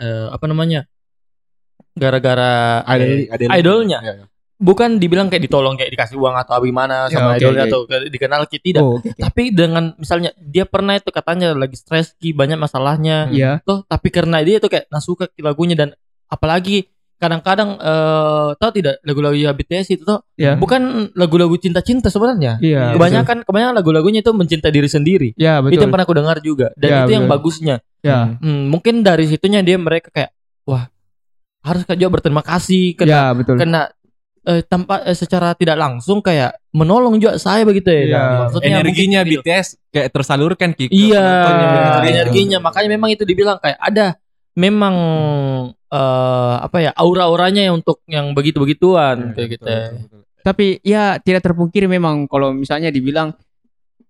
S3: eh, apa namanya? gara-gara eh, idolnya.
S4: Iya, iya.
S3: bukan dibilang kayak ditolong kayak dikasih uang atau gimana
S1: Ya,
S3: sama
S1: oke,
S3: idolnya
S1: oke.
S3: atau ke- dikenal ki- tidak
S1: Oh, oke, oke.
S3: tapi dengan misalnya dia pernah itu katanya lagi stres ki banyak masalahnya
S1: Iya.
S3: tuh tapi karena dia itu kayak nah suka Ki lagunya dan apalagi kadang-kadang eh tau tidak lagu-lagu ya BTS itu tuh
S1: Iya.
S3: bukan lagu-lagu cinta-cinta sebenarnya
S1: Iya.
S3: kebanyakan kebanyakan lagu-lagunya itu mencintai diri sendiri
S1: Ya,
S3: itu
S1: betul.
S3: yang pernah aku dengar juga dan
S1: Ya,
S3: itu yang
S1: betul.
S3: bagusnya
S1: Ya.
S3: Hmm, mungkin dari situnya dia mereka kayak wah harus juga berterima kasih ke
S1: Ya, betul.
S3: kena eh, tanpa eh, secara tidak langsung kayak menolong juga saya begitu ya.
S1: Iya.
S3: Nah, maksudnya
S4: energinya
S3: mungkin-
S4: BTS kayak tersalurkan Ki, ke
S3: Iya,
S4: penontonnya, begitu.
S3: energinya makanya memang itu dibilang kayak ada memang eh, apa ya aura-auranya yang untuk yang begitu-begituan kayak gitu. ya.
S1: Tapi ya tidak terpungkiri memang kalau misalnya dibilang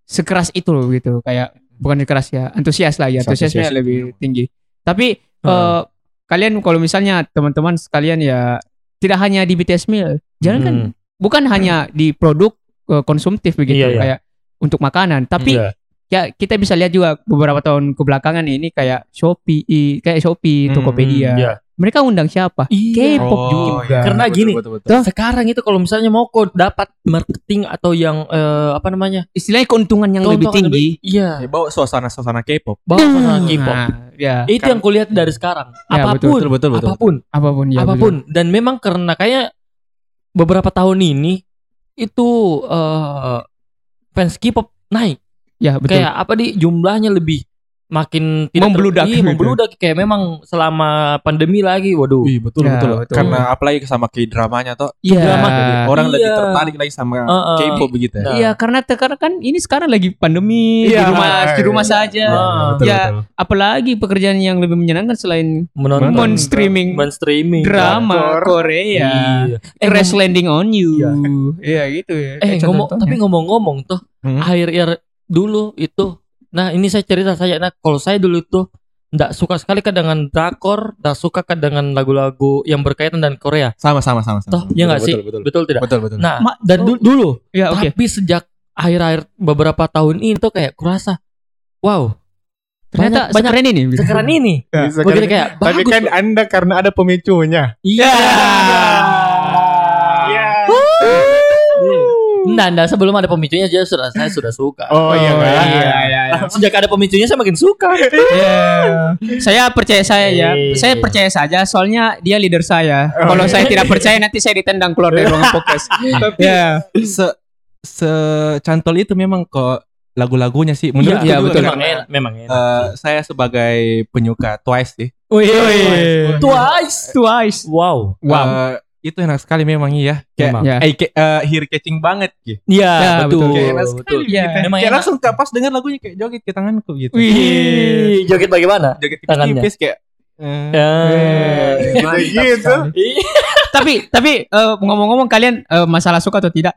S1: sekeras itu loh gitu kayak bukan sekeras ya antusias lah ya
S5: Antusias.
S1: antusiasnya
S3: Iya.
S1: lebih tinggi. Tapi
S3: Hmm.
S1: eh, kalian kalau misalnya teman-teman sekalian ya tidak hanya di BTS meal, jalan kan
S3: Hmm.
S1: bukan hanya di produk eh, konsumtif begitu
S3: Iya, iya.
S1: kayak untuk makanan, tapi
S3: Iya.
S1: ya kita bisa lihat juga beberapa tahun kebelakangan ini kayak Shopee, i- kayak Shopee,
S4: Hmm,
S1: Tokopedia.
S3: iya.
S1: Mereka undang siapa?
S3: Iya.
S4: Oh,
S1: K-pop juga.
S3: Karena gini.
S1: Betul.
S3: Sekarang itu kalau misalnya mau kok dapat marketing atau yang eh, apa namanya?
S1: Istilahnya keuntungan yang lebih
S3: Keuntungan
S1: tinggi.
S3: Iya.
S4: bawa suasana-suasana K-pop.
S3: Bawa sama K-pop.
S1: Nah, ya,
S3: Itu yang kulihat dari sekarang.
S1: Ya,
S3: apapun,
S4: Kan. Iya, betul, betul, betul, betul.
S3: apapun,
S1: apapun ya.
S3: apapun. Dan memang karena kayak beberapa tahun ini itu eh fans K-pop naik.
S1: betul. Ya, betul.
S3: Kayak apa di jumlahnya lebih makin tidak ter-
S1: Membludak
S3: Iya,
S1: gitu.
S3: membludak kayak memang selama pandemi lagi. Waduh.
S4: Wih, betul,
S1: Ya,
S4: betul
S1: betul.
S4: Karena apalagi sama K-dramanya toh.
S1: Iya.
S3: drama.
S4: Jadi orang
S3: Iya. Eh,
S4: lebih tertarik lagi sama
S3: Heeh.
S4: K-pop begitu ya.
S3: Nah.
S1: Iya, karena sekarang kan ini sekarang lagi pandemi, di
S4: Iya.
S1: rumah di rumah saja.
S3: Iya.
S4: betul,
S1: Ya,
S4: betul.
S1: apalagi pekerjaan yang lebih menyenangkan selain
S3: Menonton
S1: men streaming
S3: men streaming.
S1: drama
S5: drakor.
S1: Korea.
S3: Iya. Eh,
S1: Crash
S3: ngom-
S1: landing on you. Iya, gitu ya.
S3: eh
S1: Kayak
S3: ngomong
S1: contohnya.
S3: tapi ngomong-ngomong tuh
S4: Hmm.
S3: akhir akhir dulu itu. Nah, ini saya cerita saya nah kalau saya dulu tuh nggak suka sekali kadangan drakor, nggak suka kadangan lagu-lagu yang berkaitan dengan Korea.
S4: Sama sama sama sama.
S3: Toh, ya nggak sih?
S5: betul,
S3: Betul,
S5: betul.
S3: tidak?
S4: Betul betul.
S3: Nah,
S1: Ma-
S3: dan du- dulu
S1: ya oke.
S3: tapi sejak akhir-akhir beberapa tahun ini tuh kayak kurasa wow
S1: Ternyata
S3: banyak- banyak-
S1: sekeren ini. gitu.
S3: sekeren ini
S5: Ya,
S3: Gua jadi
S5: sekali-
S3: kayak
S5: Tapi
S3: bagus
S5: kan Anda karena ada pemicunya.
S3: iya
S4: Ya.
S3: Nah, nah, sebelum ada pemicunya aja sudah saya sudah suka.
S5: Oh, iya, kan?
S3: iya, iya, iya. Sejak ada pemicunya saya makin suka.
S1: Iya, Saya percaya saya ya.
S3: Iya.
S1: Saya percaya saja soalnya dia leader saya. Kalau saya tidak percaya nanti saya ditendang keluar dari ruangan podcast.
S5: Tapi
S1: Ya.
S4: Se secantol itu memang kok lagu-lagunya sih kan menurut
S1: Iya,
S4: gue
S1: betul.
S4: juga
S3: Memang
S4: karena,
S3: enak, memang enak.
S4: eh, saya sebagai penyuka Twice sih.
S1: Oh, Wih.
S3: Twice.
S1: iya, Twice.
S3: Wow.
S4: Eh, itu enak sekali memang iya. Kayak
S3: Memang.
S1: Ya.
S4: eh, kayak, eh, ear catching banget gitu.
S3: Iya,
S1: Ya,
S3: betul.
S1: betul.
S4: Kayak enak
S3: betul.
S4: sekali
S1: Iya.
S4: gitu.
S3: Memang
S4: Kayak
S3: enak.
S4: langsung kayak pas dengan lagunya kayak joget ke tanganku gitu.
S1: Wih.
S3: Ih, Joget bagaimana? Ya.
S4: Joget tipis-tipis kayak eh,
S3: Eh,
S5: gitu.
S1: tapi tapi eh, ngomong-ngomong kalian eh, masalah suka atau tidak?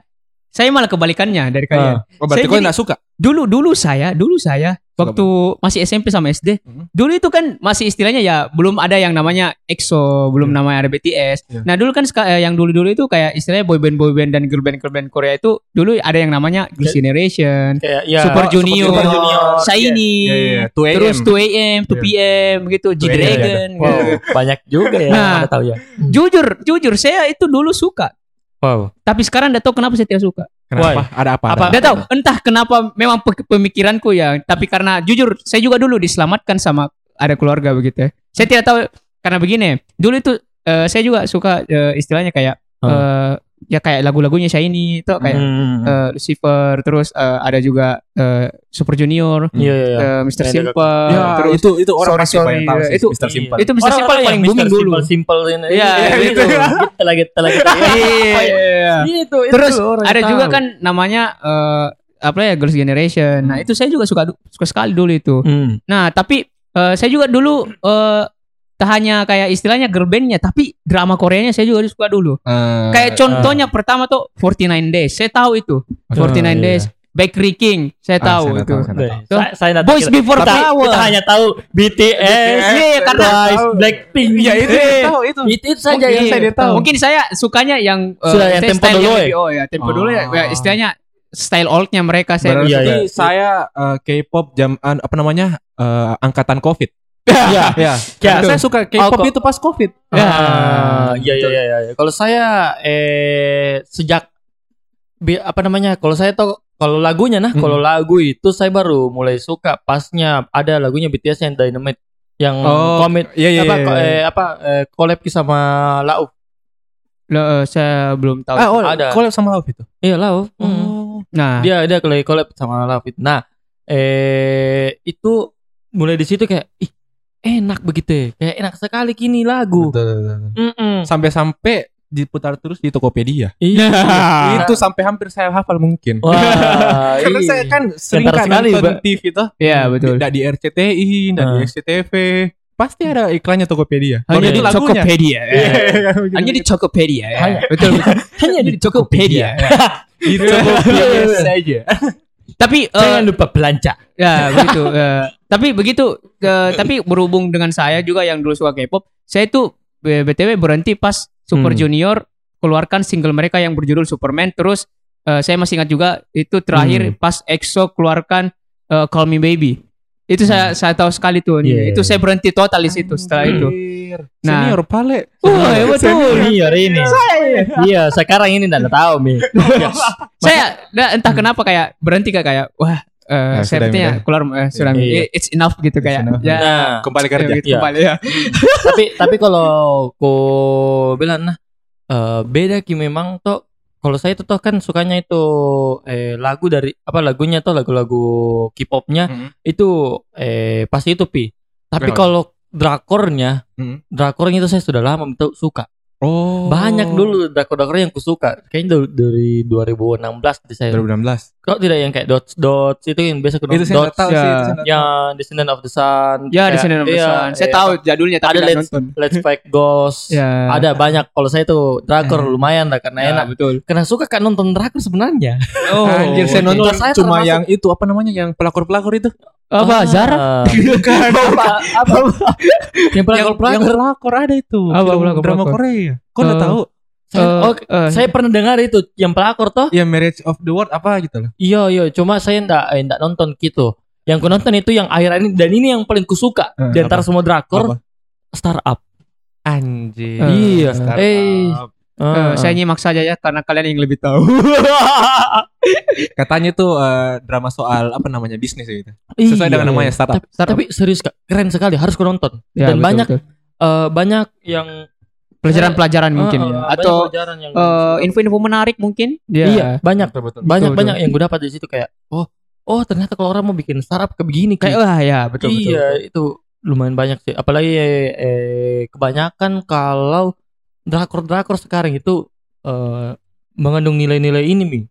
S1: Saya malah kebalikannya dari kalian.
S4: Oh,
S1: Saya
S4: berarti kau
S1: jadi-
S4: nggak suka?
S1: Dulu dulu saya, dulu saya waktu masih SMP sama SD,
S4: Hmm.
S1: dulu itu kan masih istilahnya ya belum ada yang namanya EXO, belum
S4: Ya.
S1: namanya ada BTS.
S4: Iya.
S1: Nah, dulu kan seka- eh, yang dulu-dulu itu kayak istilahnya boyband boyband dan girlband girlband Korea itu dulu ada yang namanya Girls Generation,
S3: Kayak ya.
S1: Super Junior,
S4: Super Junior.
S1: Shiny,
S4: Ya. Iya, iya, iya. 2 AM.
S1: terus 2 AM, 2 PM gitu, G
S4: 2
S1: Dragon.
S4: ya.
S3: Wow, banyak juga ya.
S1: Nah.
S3: Mana tahu ya.
S1: Jujur, jujur saya itu dulu suka,
S3: Wow.
S1: tapi sekarang enggak tahu kenapa saya tidak suka.
S4: Kenapa? Ada apa?
S3: Apa-
S1: Nggak tahu, entah kenapa memang pe- pemikiranku ya, tapi karena jujur saya juga dulu diselamatkan sama ada keluarga begitu ya. Saya tidak tahu karena begini, dulu itu eh, saya juga suka eh, istilahnya kayak
S3: Hmm.
S1: eh, ya kayak lagu-lagunya Shiny itu
S4: Hmm.
S1: kayak eh, Lucifer, terus eh, ada juga eh, Super Junior,
S3: Iya, iya, iya.
S1: eh, Mr.
S3: Ada-
S1: Simple,
S4: Ya,
S1: terus
S4: itu itu orang
S1: Sorry,
S4: pasti
S1: sorry,
S4: banyak tahu
S1: iya,
S4: sih,
S1: itu-
S4: Mr. Simple.
S1: itu Mr. Simple paling booming dulu.
S3: Simple ya, ini.
S1: Iya,
S3: gitu. Gitu lagi, gitu lagi.
S1: Iya.
S3: Gitu. itu
S1: Terus
S3: orang
S1: ada
S3: tahu.
S1: juga kan namanya eh, apa ya Girls Generation. Nah, itu saya juga suka suka sekali dulu itu.
S3: Hmm.
S1: Nah, tapi eh, saya juga dulu eh tak hanya kayak istilahnya girl bandnya, tapi drama Koreanya saya juga suka dulu.
S4: Eh,
S1: Kayak contohnya pertama tuh 49 Days, saya tahu itu. 49
S3: Ah, iya.
S1: Days, Bakery King, saya
S4: Ah,
S1: tahu
S4: saya
S1: itu.
S4: tahu, saya tahu.
S3: Tuh. Saya, saya nggak
S1: Boys
S3: tahu.
S1: Before
S3: Tapi
S1: Tower.
S3: Kita hanya tahu BTS,
S1: Iya, iya, karena-
S3: Twice, Blackpink.
S4: Iya, itu
S1: Eh,
S4: tahu itu.
S3: Itu, itu saja yang saya dia tahu.
S1: Mungkin saya sukanya yang eh,
S3: Sudah yang
S1: saya
S3: tempo
S1: style
S3: dulu ya?
S1: lebih- Oh ya, tempo
S4: Oh.
S1: dulu ya, ya, istilahnya style oldnya mereka saya.
S4: Berarti
S3: Iya, iya.
S4: saya eh, K-pop jam an- apa namanya? eh, angkatan Covid.
S3: Iya. Ya.
S4: Ya. Karena saya suka K-pop
S3: Alko-
S4: itu pas Covid.
S3: Ah, Iya, iya, iya, iya. Kalau saya eh sejak bi- apa namanya? Kalau saya tahu kalau lagunya nah, kalau lagu itu saya baru mulai suka pasnya ada lagunya BTS yang Dynamite yang komit
S4: Iya, iya,
S3: apa
S4: iya,
S3: ko-
S4: iya.
S3: eh, apa eh, collab sama Lau.
S1: Loh, eh, saya belum tahu.
S4: Ah, oh,
S3: ada.
S4: collab sama Love itu.
S3: Iya, Lau. Mm.
S4: Oh.
S1: Nah,
S3: dia dia kalau collab sama Lavit. Nah, eh itu mulai di situ kayak ih enak begitu ya. Kayak enak sekali kini lagu.
S4: Betul, betul, betul.
S3: Mm-mm.
S4: Sampai-sampai diputar terus di Tokopedia.
S3: Iya.
S4: Itu sampai hampir saya hafal mungkin.
S3: Wah,
S4: Karena
S3: iya.
S4: saya kan sering kan
S3: sekali,
S4: nonton
S3: Mbak.
S4: TV itu.
S1: iya betul.
S4: Nggak di RCTI, nggak di
S3: Ah.
S4: SCTV. pasti ada iklannya Tokopedia.
S1: Hanya di
S4: Baru itu lagunya.
S1: Tokopedia.
S5: Iya,
S1: eh.
S5: iya, begitu.
S1: Hanya di Tokopedia. eh. Betul. betul. Hanya di Tokopedia. ya.
S4: Di
S3: Iya,
S4: Tokopedia saja.
S1: Tapi eh,
S3: Jangan lupa belanja.
S1: ya begitu. eh, tapi begitu eh, tapi berhubung dengan saya juga yang dulu suka K-pop, saya itu eh, BTW berhenti pas Super
S4: Hmm.
S1: Junior keluarkan single mereka yang berjudul Superman terus eh, saya masih ingat juga itu terakhir pas EXO keluarkan eh, Call Me Baby. Itu saya saya tahu sekali tuh.
S3: Iya.
S1: Itu saya berhenti total di situ setelah itu. Nah.
S4: Senior pale.
S1: Wah, ya betul.
S3: Senior ini. Oh, iya, sekarang ini enggak tahu, Mi.
S1: saya nah, entah kenapa kayak berhenti kayak kayak wah eh, saya
S4: Ya, sudah,
S1: betulnya
S4: sudah.
S1: keluar eh, sudah
S3: Iya.
S1: eh, it's enough gitu
S4: It's
S1: kayak
S4: enough.
S1: ya
S3: Nah,
S4: Kembali
S1: ya,
S4: kerja.
S1: gitu,
S3: Iya.
S1: kembali, ya.
S3: tapi tapi kalau ku bilang nah eh, beda ki memang toh kalau saya tuh toh kan sukanya itu eh, lagu dari apa lagunya tuh lagu-lagu K-popnya
S4: Mhm.
S3: itu eh pasti itu pi tapi
S4: Memang.
S3: kalau drakornya
S4: Mhm.
S3: drakornya itu saya sudah lama betul suka
S4: Oh.
S3: banyak dulu drakor-drakor yang kusuka kayaknya dari, dari 2016 di saya
S4: 2016.
S3: kalau tidak yang kayak dots dots itu yang biasa kenal
S4: Itu saya nggak
S3: dots
S4: tahu
S1: ya.
S4: sih. itu saya nggak tahu.
S3: yang Descendant of the Sun
S1: ya di
S3: kayak-
S1: sini
S3: iya,
S1: pesan saya
S3: iya.
S1: tahu jadulnya tapi
S3: Ada
S1: nggak
S3: Let's-
S1: nonton
S3: Let's Fight Ghost
S1: ya
S3: ada banyak kalau saya tuh drakor lumayan lah karena
S1: Ya,
S3: enak
S1: betul
S3: karena suka kan nonton drakor sebenarnya
S1: oh
S4: Anjir, saya nonton
S3: Kalau saya
S4: cuma
S3: termasuk-
S4: yang itu apa namanya yang pelakor-pelakor itu.
S1: Eh, apa Zara
S3: Ah,
S4: Bukan.
S3: apa yang pelakor
S4: Yang
S3: pelakor
S4: pelakor ada itu.
S1: Apa
S4: Film
S1: pelakor-pelakor?
S4: Drama Korea. Kok enggak
S1: Eh,
S4: tahu?
S1: Eh,
S3: oh,
S1: eh,
S3: saya pernah dengar itu yang pelakor toh
S4: Ya Marriage of the World apa gitu loh.
S3: iya iya cuma saya enggak enggak nonton gitu yang ku nonton itu yang akhir ini dan ini yang paling kusuka
S4: Eh,
S3: di antara
S4: apa?
S3: semua drakor
S4: Apa?
S3: startup
S4: Anjir.
S1: Eh,
S3: iya
S4: Startup.
S3: eh
S1: eh, saya nyimak saja ya karena kalian yang lebih tahu
S4: Katanya tuh eh, drama soal apa namanya bisnis ya gitu.
S3: Iya.
S4: Sesuai dengan namanya startup.
S3: tapi, tapi serius kak keren sekali harus ku nonton
S1: Ya, betul,
S3: dan banyak
S1: betul.
S3: eh, banyak yang
S1: pelajaran-pelajaran mungkin
S3: Eh, eh,
S1: ya
S3: banyak
S1: atau
S3: pelajaran yang-
S1: eh, info-info menarik mungkin ya
S3: Iya, banyak
S4: Betul-betul.
S3: banyak
S1: Betul,
S3: banyak yang gue dapat di situ kayak oh oh ternyata kalau orang mau bikin startup kayak begini
S1: kayak
S3: kayak
S1: wah ya betul betul,
S3: iya
S1: betul.
S3: itu lumayan banyak sih apalagi eh, eh, kebanyakan kalau drakor drakor sekarang itu eh, mengandung nilai-nilai ini mi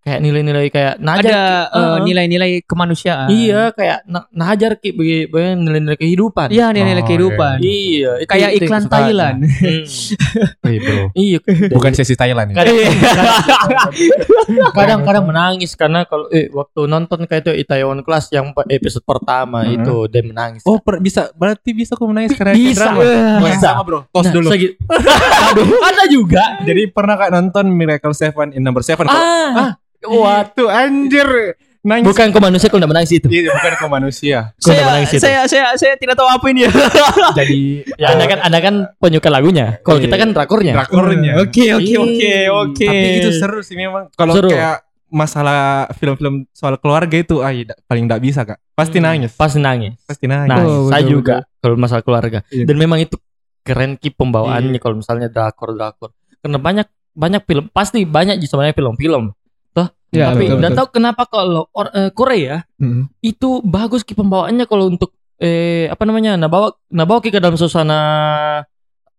S3: kayak nilai-nilai kayak
S1: ada
S3: najar
S1: eh,
S3: eh.
S1: nilai-nilai kemanusiaan
S3: iya kayak na- najar ki bagi- bagi nilai-nilai kehidupan
S1: iya nilai-nilai
S4: Oh,
S1: kehidupan
S3: iya itu-
S1: kayak
S3: itu yang
S1: iklan
S3: kesukaan.
S1: Thailand
S3: Hmm.
S4: bro.
S3: iya
S4: Bukan sesi Thailand ya.
S3: kadang kadang, kadang Iya. menangis karena kalau eh, waktu nonton kayak itu Itaewon Class yang pe- episode pertama
S4: Mhm.
S3: itu dia menangis.
S4: Oh per- bisa berarti bisa aku menangis karena
S3: Bisa.
S4: drama.
S3: Bisa.
S4: Wah, sama bro. Tos
S3: Nah,
S4: dulu.
S3: segi- Aduh, ada juga.
S4: Jadi pernah kak nonton Miracle Seven in Number Seven? Kok-
S3: Ah, wah,
S5: Itu anjir. Nangis.
S3: bukan ke manusia kalau nggak menangis itu.
S4: Iya bukan ke manusia.
S3: Kalau nggak menangis itu.
S1: saya saya tidak tahu apa ini.
S4: Jadi
S3: Ya, anda kan anda kan penyuka lagunya. Kalau kita kan drakornya.
S4: drakornya.
S1: Oke oke
S3: Iya.
S1: oke oke.
S4: Iya. Tapi itu seru sih memang. Kalau
S3: Seru.
S4: kayak masalah film-film soal keluarga itu, ah, iya, paling tidak bisa kak. Pasti nangis.
S3: Pas nangis.
S4: Pasti nangis.
S3: Nah,
S1: betul,
S3: saya
S1: betul.
S3: juga kalau masalah keluarga.
S4: Iya.
S3: Dan memang itu keren ki pembawaannya kalau misalnya drakor drakor. Karena banyak banyak film pasti banyak sebenarnya film-film.
S1: Ya,
S3: Tapi
S1: betul,
S3: nggak
S1: betul.
S3: tahu kenapa kalau or- eh, Korea
S4: Mm.
S3: itu bagus ki pembawaannya kalau untuk eh apa namanya nah bawa nah bawa ki ke dalam suasana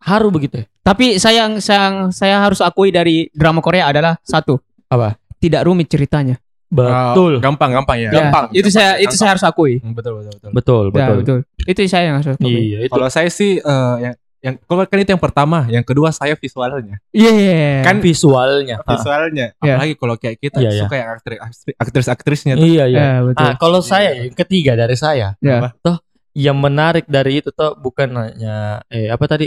S3: haru begitu ya.
S1: Tapi saya yang saya saya harus akui dari drama Korea adalah satu.
S3: Apa?
S1: Tidak rumit ceritanya.
S4: Ah,
S3: Oh.
S4: Gampang-gampang
S3: Iya.
S4: ya.
S1: Gampang. itu saya itu saya harus akui.
S4: Mm, Betul betul betul.
S3: betul
S1: Ya,
S3: betul,
S1: betul. Itu saya yang harus akui.
S3: iya itu
S4: Kalau saya sih eh, yang yang kalau kan itu yang pertama, yang kedua saya visualnya.
S1: Iya.
S4: Kan
S3: visualnya Ah,
S4: visualnya.
S1: Iya.
S4: Apalagi kalau kayak kita
S3: Iya, iya.
S4: suka yang aktri- aktris-aktrisnya tuh.
S3: iya iya
S1: Ya, betul.
S3: ah kalau saya yang ketiga dari saya
S1: Ya.
S4: Eh, Apa?
S3: toh yang menarik dari itu toh bukan hanya eh apa tadi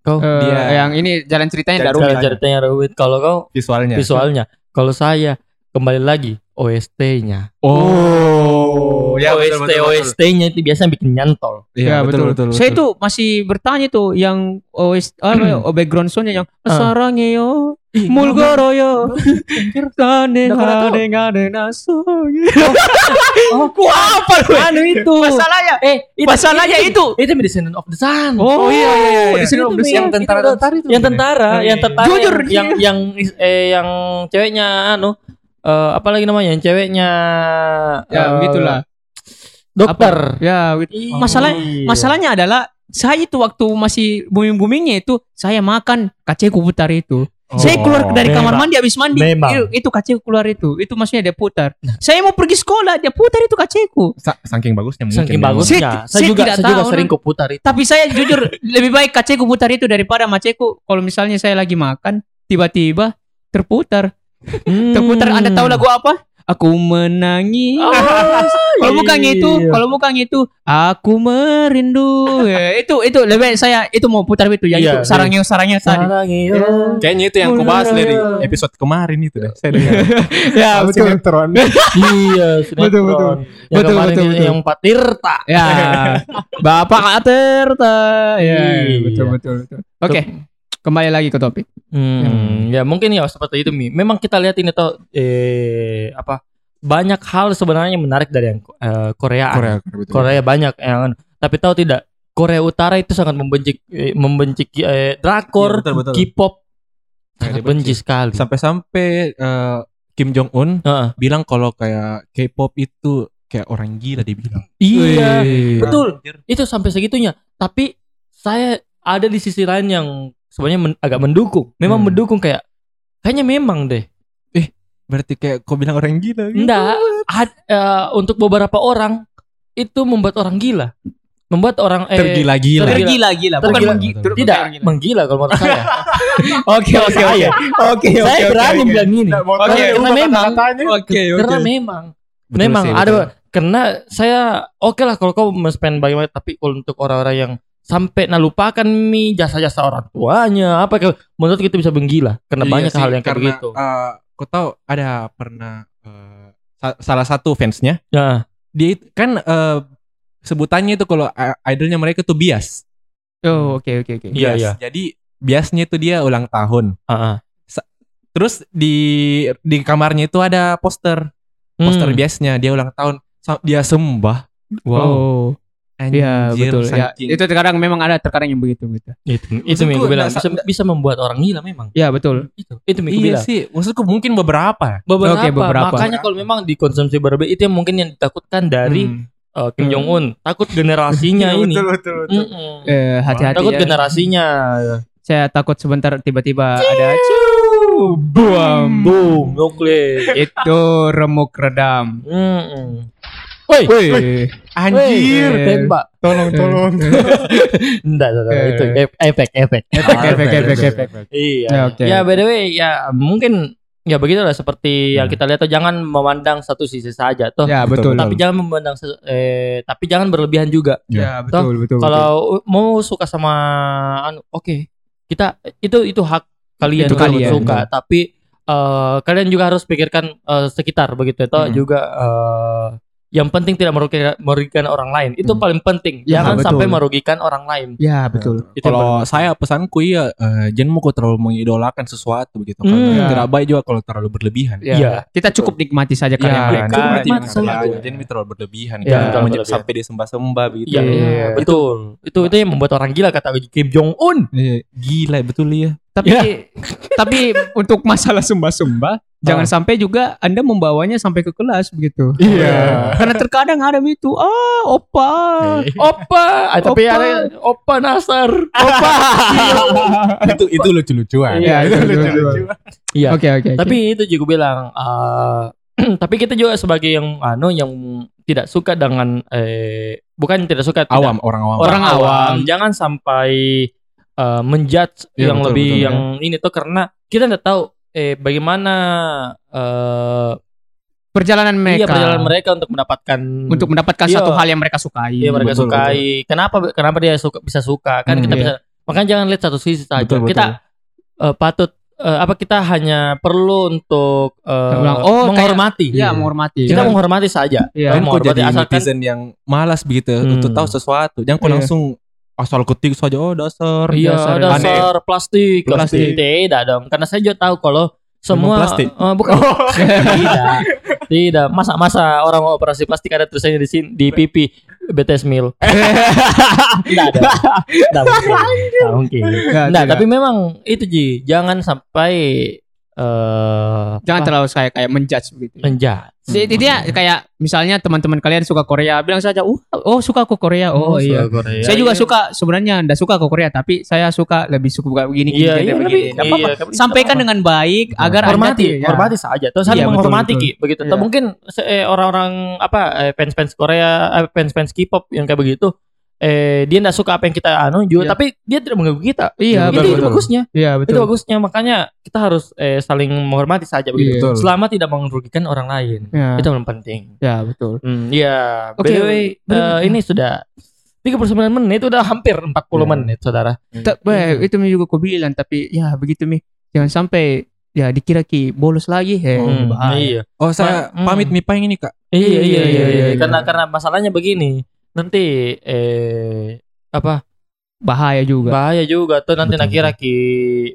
S3: kau
S1: Eh,
S4: dia-
S1: yang ini jalan ceritanya tidak
S4: Jalan-
S1: rumit.
S3: jalan ceritanya rumit kalau kau
S4: visualnya.
S3: visualnya kalau saya kembali lagi OST-nya
S4: Oh, ya
S3: OST
S4: betul, betul, betul.
S3: OST-nya itu biasanya bikin nyantol
S4: Iya, betul, betul,
S1: Ya, Saya itu masih bertanya tuh yang OS apa ya, oh, background soundnya yang sarangnya yo mulgoro yo tane
S3: Nggak pernah tahu.
S1: hane ngane nasu. Ku apa lu?
S3: anu itu
S1: Masalahnya
S3: eh
S1: masalahnya itu.
S3: itu Medicine of the Sun
S1: Oh, iya iya iya. Di sini
S3: Itu
S1: belum
S3: Mi,
S1: siap.
S3: yang tentara tentara itu yang tentara yang tentara
S1: Iya. Jujur,
S3: yang- yang yang eh yang ceweknya anu eh apa lagi namanya yang ceweknya
S1: Ya
S3: eh,
S1: begitulah.
S3: dokter Iya.
S1: Apa? Ya gitu. Masalah masalahnya adalah saya itu waktu masih booming boomingnya itu saya makan kaceku putar itu.
S4: Oh.
S1: Saya keluar dari kamar
S6: memang.
S1: mandi habis mandi.
S6: Memang.
S1: Itu, itu kaceku keluar itu. Itu maksudnya dia putar. Saya mau pergi sekolah, dia putar itu kaceku.
S4: Sa- saking bagusnya
S1: ya.
S4: mungkin. ya.
S3: Saking
S4: memang.
S3: bagusnya.
S1: Saya-
S3: Saya,
S1: saya
S3: juga
S1: tidak
S3: saya juga
S1: tahu,
S3: sering
S1: Nan.
S3: kuputar itu.
S1: Tapi saya jujur lebih baik kaceku putar itu daripada maceku. Kalau misalnya saya lagi makan, tiba-tiba terputar. Terputar. Hmm. Anda tahu lagu apa? Aku menangis.
S3: Oh, iya.
S1: kalau bukan itu, kalau bukan itu, aku merindu. Ya, itu itu lebih baik saya itu mau putar itu yang
S3: Iya,
S1: itu sarangnya sarangnya tadi. Ya.
S4: Kayaknya itu yang aku bahas dari episode kemarin itu deh. Saya dengar.
S1: Ya,
S6: Betul.
S1: betul.
S6: Sinetron.
S3: Iya, betul betul. Yang
S1: Betul,
S3: kemarin
S1: betul,
S3: ini
S1: betul.
S3: yang patir tak.
S1: Ya. Bapak Terta. Ya,
S3: Iya.
S1: betul betul betul. Oke. Kembali lagi ke topik.
S3: Hmm, ya mungkin ya seperti itu Mi. Memang kita lihat ini tuh eh apa banyak hal sebenarnya yang menarik dari yang eh, Korea.
S4: Korea, betul.
S3: Korea banyak yang tapi tahu tidak Korea Utara itu sangat membenci eh, membenci eh, drakor,
S4: Iya, betul, betul.
S3: K-pop
S4: Sangat
S3: sangat benci sekali.
S4: Sampai-sampai eh, Kim Jong Un
S3: Heeh.
S4: bilang kalau kayak K-pop itu kayak orang gila dia bilang.
S3: Iya, betul. Itu sampai segitunya. Tapi saya ada di sisi lain yang sebenarnya men- agak mendukung. Memang
S4: Hmm.
S3: mendukung kayak kayaknya memang deh.
S4: Berarti kayak kau bilang orang gila. gitu.
S3: Enggak, ad- eh, untuk beberapa orang itu membuat orang gila. Membuat orang eh,
S4: Tergila-gila.
S3: tergila-
S1: Tergila-gila, bukan
S3: Tergila.
S1: menggi- ter-
S3: tidak
S4: gitu?
S1: bukan gila.
S3: menggila kalau menurut
S4: Ya,
S3: saya.
S1: Oke, oke, oke. Oke,
S3: saya berani bilang gini.
S4: Iya
S1: Oke,
S3: Karena memang
S1: Oke,
S3: karena memang
S4: Betul
S3: memang
S4: sih,
S3: ada
S4: betul.
S3: karena saya oke lah kalau kau men-spend bagaimana tapi kalau untuk orang-orang yang sampai nah lupakan mi jasa-jasa orang tuanya apa kayak menurut kita bisa menggila karena
S4: Iya
S3: banyak
S4: sih,
S3: hal yang kayak
S4: karena,
S3: begitu.
S4: eh, kau tahu ada pernah eh, sa- salah satu fansnya
S3: Nah,
S4: dia itu- kan eh, sebutannya itu kalau eh, idolnya mereka tuh bias.
S1: Oh, oke, oke, oke.
S3: Iya,
S4: Bias.
S3: iya.
S4: Jadi biasnya itu dia ulang tahun.
S3: heeh.
S4: Terus di di kamarnya itu ada poster poster
S3: Hmm.
S4: biasnya dia ulang tahun Sa- dia sembah.
S1: Oh, iya betul. Ya, itu terkadang memang ada terkadang yang begitu gitu.
S3: itu itu yang
S4: Maksudku,
S3: gue bilang
S4: nggak sa-
S3: bisa, bisa membuat orang gila memang.
S1: Ya, betul.
S3: Itu itu yang gue
S4: Iya
S3: bilang.
S4: sih, maksudku mungkin beberapa.
S3: Beberapa,
S1: Oke, beberapa.
S3: makanya kalau memang dikonsumsi berlebih itu yang mungkin yang ditakutkan dari
S4: Hmm. Iya,
S3: eh, Kim Jong Un takut generasinya ini
S6: betul,
S3: Mm-mm.
S1: Eh, hati-hati
S3: takut
S1: ya.
S3: generasinya
S1: Saya takut sebentar tiba-tiba ada cu- buam bu-
S3: boom nuklir
S1: itu remuk redam. Eh,
S3: Mm-mm. Woi,
S1: Wih,
S4: Anjir.
S1: Eh,
S3: tembak.
S6: Tolong, tolong.
S3: Enggak, enggak, enggak.
S1: Eh.
S3: itu ef- efek, efek.
S1: efek efek efek efek.
S3: Iya.
S1: Ya, oke.
S3: Ya, by the way, ya mungkin ya begitulah seperti yang kita lihat tuh jangan memandang satu sisi saja toh.
S1: Ya, betul.
S3: Tapi jangan memandang se- eh tapi jangan berlebihan juga.
S1: Ya, betul betul. betul.
S3: Kalau mau suka sama anu, oke. Kita itu itu hak kalian
S1: Itu
S3: kalau
S1: kalian,
S3: suka, tapi eh, kalian juga harus pikirkan eh, sekitar begitu toh
S4: Hmm.
S3: juga eh, yang penting tidak merugikan, merugikan orang lain. Itu
S4: Hmm.
S3: paling penting.
S1: Ya,
S3: jangan
S1: betul.
S3: sampai merugikan orang lain.
S1: Ya, betul.
S3: Itu yang
S4: Kalau saya pesanku iya eh, jangan mau kau terlalu mengidolakan sesuatu gitu. Karena
S3: Hmm.
S4: tidak baik juga kalau terlalu berlebihan.
S1: Ya.
S3: Iya.
S1: Kita cukup nikmati saja
S4: Iya,
S1: karya mereka.
S4: kan.
S3: nikmati
S4: Jangan
S3: saja.
S4: terlalu- Jangan terlalu berlebihan.
S3: Iya,
S4: Jangan
S3: terlalu
S4: menye-
S3: berlebihan.
S4: sampai dia sembah-sembah begitu.
S3: Iya,
S1: Iya.
S3: betul. Itu itu yang membuat orang gila kata Kim Jong Un.
S4: Iya, Gila betul ya.
S1: Tapi tapi untuk masalah sumba-sumba jangan
S3: Ah.
S1: sampai juga Anda membawanya sampai ke kelas begitu.
S6: Iya.
S1: Karena terkadang ada itu, ah, opa,
S3: Opa, ah, tapi
S1: Opa.
S3: ada Opa Nasar.
S1: opa.
S6: itu itu lucu-lucuan.
S1: Iya, itu
S6: lucu-lucuan.
S3: Iya.
S1: Oke, oke. oke.
S3: Tapi itu juga bilang eh, tapi kita juga sebagai yang anu yang tidak suka dengan eh bukan tidak suka tidak-
S4: Awam orang awam.
S1: Orang
S3: orang awam,
S1: awam.
S3: jangan sampai eh, menjudge
S4: Iya,
S3: yang
S4: betul,
S3: lebih
S4: betul,
S3: yang ini tuh karena kita nggak tahu eh bagaimana eh
S1: perjalanan mereka
S3: iya perjalanan mereka untuk mendapatkan
S1: untuk mendapatkan
S3: Iya.
S1: satu hal yang mereka sukai.
S3: Iya mereka
S4: Hmm, Betul,
S3: sukai. Kenapa kenapa dia suka bisa suka? Kan
S4: Hmm,
S3: kita
S1: iya.
S3: bisa makanya jangan lihat satu sisi saja.
S4: Betul, betul.
S3: Kita eh, patut eh, apa kita hanya perlu untuk eh,
S1: Ulang, oh,
S3: menghormati.
S1: Iya, menghormati.
S3: Kita menghormati saja.
S1: Iya.
S4: Jangan kau
S3: menghormati
S4: jadi
S3: ya, asalkan-
S4: netizen yang malas begitu
S3: Hmm.
S4: untuk tahu sesuatu. Jangan kau
S1: Iya.
S4: langsung asal ketik saja oh dasar.
S3: Iya,
S1: dasar,
S3: dasar, plastik, plastik.
S4: Plastik.
S3: Tidak dong, karena saya juga tahu kalau semua
S4: plastik? Oh.
S3: Eh, bukan. tidak. Tidak. Masa-masa orang mau operasi plastik ada tulisannya di sini di pipi BTS meal. tidak ada. Tidak mungkin. Tidak mungkin.
S1: Enggak,
S3: Nah, tapi memang itu Ji, jangan sampai eh eh
S1: Jangan
S3: apa,
S1: terlalu kayak kayak menjudge begitu.
S3: menjat.
S1: Jadi intinya kayak misalnya teman-teman kalian suka Korea, bilang saja, "Uh, oh suka ke Korea." Oh, iya. saya juga suka sebenarnya enggak suka ke Korea, tapi saya suka lebih suka begini
S3: Iya,
S1: gini,
S3: iya,
S1: begini.
S3: lebih-
S1: Nggak apa-apa.
S3: iya, tapi-
S1: Sampaikan dengan baik agar Anda
S3: hormati,
S1: tidak- ya.
S3: hormati saja. Terus saling
S1: Iya, betul,
S3: menghormati
S1: betul.
S3: Ki, begitu.
S1: Iya.
S3: Atau mungkin se- eh, orang-orang apa eh, fans-fans Korea, eh, fans-fans K-pop yang kayak begitu eh dia enggak suka apa yang kita anu juga,
S1: Iya.
S3: tapi dia tidak mengganggu kita.
S1: Iya,
S3: itu,
S1: betul.
S3: itu bagusnya.
S1: Iya,
S3: Itu
S1: betul.
S3: bagusnya. Makanya kita harus eh, saling menghormati saja
S1: Iya,
S3: begitu.
S6: Betul.
S3: Selama tidak merugikan orang lain.
S1: Ya,
S3: Itu yang penting.
S1: ya, betul.
S3: Hmm, iya.
S1: Oke,
S3: By the way,
S1: belum-
S3: eh, ini sudah 39 menit udah hampir 40 menit, Saudara.
S1: Tak baik, eh, itu mi juga kau bilang tapi ya begitu mi. Jangan sampai ya dikira ki bolos lagi. Heh,
S3: Hmm,
S1: bahaya.
S3: iya.
S4: Oh, saya
S3: Ma-
S4: pamit
S3: hmm.
S4: mipang ini, Kak.
S3: Iya, iya, iya,
S1: iya, iya.
S3: Karena karena masalahnya begini. Nanti eh apa?
S1: Bahaya juga.
S3: Bahaya juga tuh nanti
S6: Betul.
S3: nak ki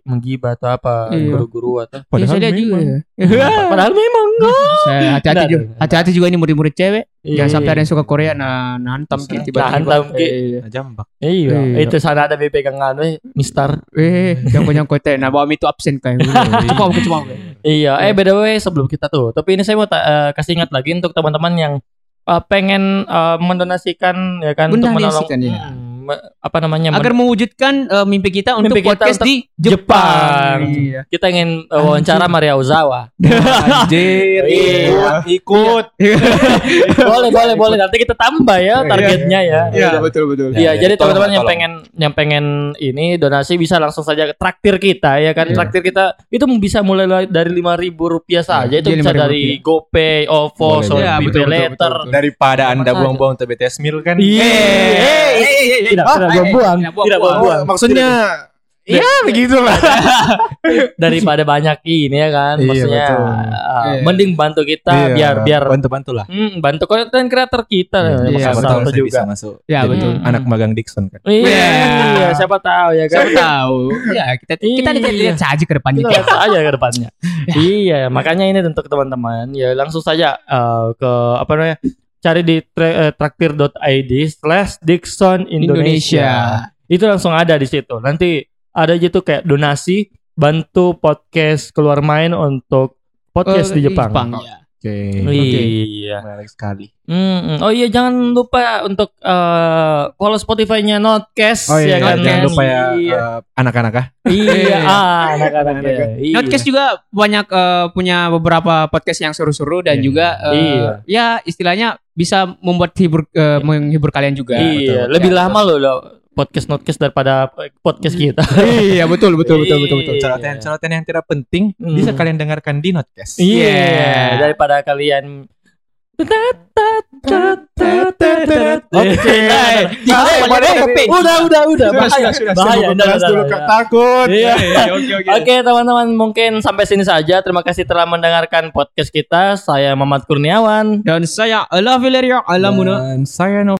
S3: menggibah atau apa
S1: Iya.
S3: guru-guru atau.
S1: Ya, saya lihat juga.
S3: Padahal memang enggak.
S1: Saya Eh, hati-hati
S3: Nah,
S1: juga.
S3: nah, nah.
S1: Hati-hati juga ini murid-murid cewek. Jangan
S3: Iya.
S1: sampai ada yang suka Korea nah nantam ki tiba-tiba.
S3: Nantam, Ki.
S1: Eh,
S4: Jambak.
S3: Iya,
S1: Iya.
S3: itu sana ada pegangan eh Mister.
S1: Eh, jangan jangan kau tanya. Nah, bawa mi itu absen kayak. Cukup, cukup.
S3: Iya, eh by the way sebelum kita tuh, tapi ini saya mau ta- eh, kasih ingat lagi untuk teman-teman yang eh, pengen eh, mendonasikan ya kan untuk menolong
S1: Mendonasikan, ya.
S3: Hmm, me- apa namanya men-
S1: Agar mewujudkan eh, mimpi kita untuk
S3: Mimpi kita
S1: podcast
S3: untuk
S1: di Jepang.
S3: Jepang.
S1: Iya.
S3: kita ingin eh, wawancara Maria Ozawa.
S4: Anjir.
S3: Iya.
S4: Ikut.
S3: boleh, boleh, boleh. Nanti kita tambah ya targetnya ya.
S1: betul betul.
S3: Iya,
S6: Ya,
S3: jadi
S6: tolong,
S3: teman-teman yang
S6: tolong.
S3: pengen yang pengen ini donasi bisa langsung saja ke traktir kita ya kan.
S1: Iya.
S3: Traktir kita itu bisa mulai dari lima ribu rupiah saja. Itu
S1: Iya,
S3: bisa
S1: 5.000
S3: dari GoPay, OVO,
S6: Boleh,
S3: Shopee,
S1: iya, betul, betul,
S3: Paylater.
S1: betul, betul.
S4: Daripada Anda
S3: saja.
S4: buang-buang TBTS meal kan.
S3: Iya. Oh, Tidak, tidak buang-buang. eh. Tidak buang-buang.
S6: maksudnya
S1: Iya,
S6: begitu lah.
S3: Daripada banyak ini ya kan.
S6: Iya,
S3: Maksudnya
S6: betul.
S3: uh,
S1: Iya.
S3: mending bantu kita
S6: Iya.
S3: biar biar
S4: bantu-bantulah.
S3: hmm, bantu konten kreator kita
S1: Iya,
S3: Masalah
S1: betul.
S3: satu
S4: saya bisa
S3: juga.
S4: masuk.
S1: Ya,
S4: jadi
S1: betul.
S4: Anak magang Dixon kan.
S3: Iya,
S1: Iya.
S3: iya, siapa tahu ya kan.
S1: Siapa tahu. Ya, kita kita
S3: Iya.
S1: lihat lihat saja ke depannya.
S3: Kita lihat aja ke depannya. iya, makanya ini untuk teman-teman ya langsung saja eh, ke apa namanya? cari di tra- eh, traktir.id slash Dixon Indonesia. Itu langsung ada di situ. Nanti ada gitu kayak donasi bantu podcast keluar main untuk podcast
S1: Eh,
S3: di Jepang.
S1: ya.
S4: Oke.
S3: Iya.
S4: Menarik sekali.
S3: Mm-mm. Oh iya jangan lupa untuk eh, follow Spotify-nya Notcast
S6: Oh iya,
S3: ya kan.
S4: Jangan lupa ya
S3: Iya,
S4: eh, anak-anak ah.
S3: Iya,
S1: Iya.
S3: ah, anak-anak ya. Iya.
S1: Notcast juga banyak eh, punya beberapa podcast yang seru-seru dan juga eh,
S3: Iya.
S1: ya istilahnya bisa membuat hibur eh, menghibur kalian juga.
S3: Iya,
S1: Betul.
S3: lebih
S1: Ya,
S3: lama loh lo podcast notcast daripada podcast kita.
S1: betul. iya, betul betul betul betul
S3: Iya.
S1: betul.
S4: Celotehan-celotehan yang tidak penting
S3: Hmm.
S4: bisa kalian dengarkan di Notcast.
S3: Iya,
S1: Iya.
S3: daripada kalian
S4: Oke.
S3: Udah, udah, udah.
S1: Sudah,
S3: Bahaya,
S1: sudah,
S3: bahaya. Udah, udah,
S6: dulu
S3: udah.
S6: Kak, takut.
S3: Iya.
S4: Oke oke.
S3: Oke, teman-teman, mungkin sampai sini saja. Terima kasih telah mendengarkan podcast kita. Saya Mamat Kurniawan. Nah.
S1: Dan saya Ala Valerio Alamuna.
S4: Dan saya Nova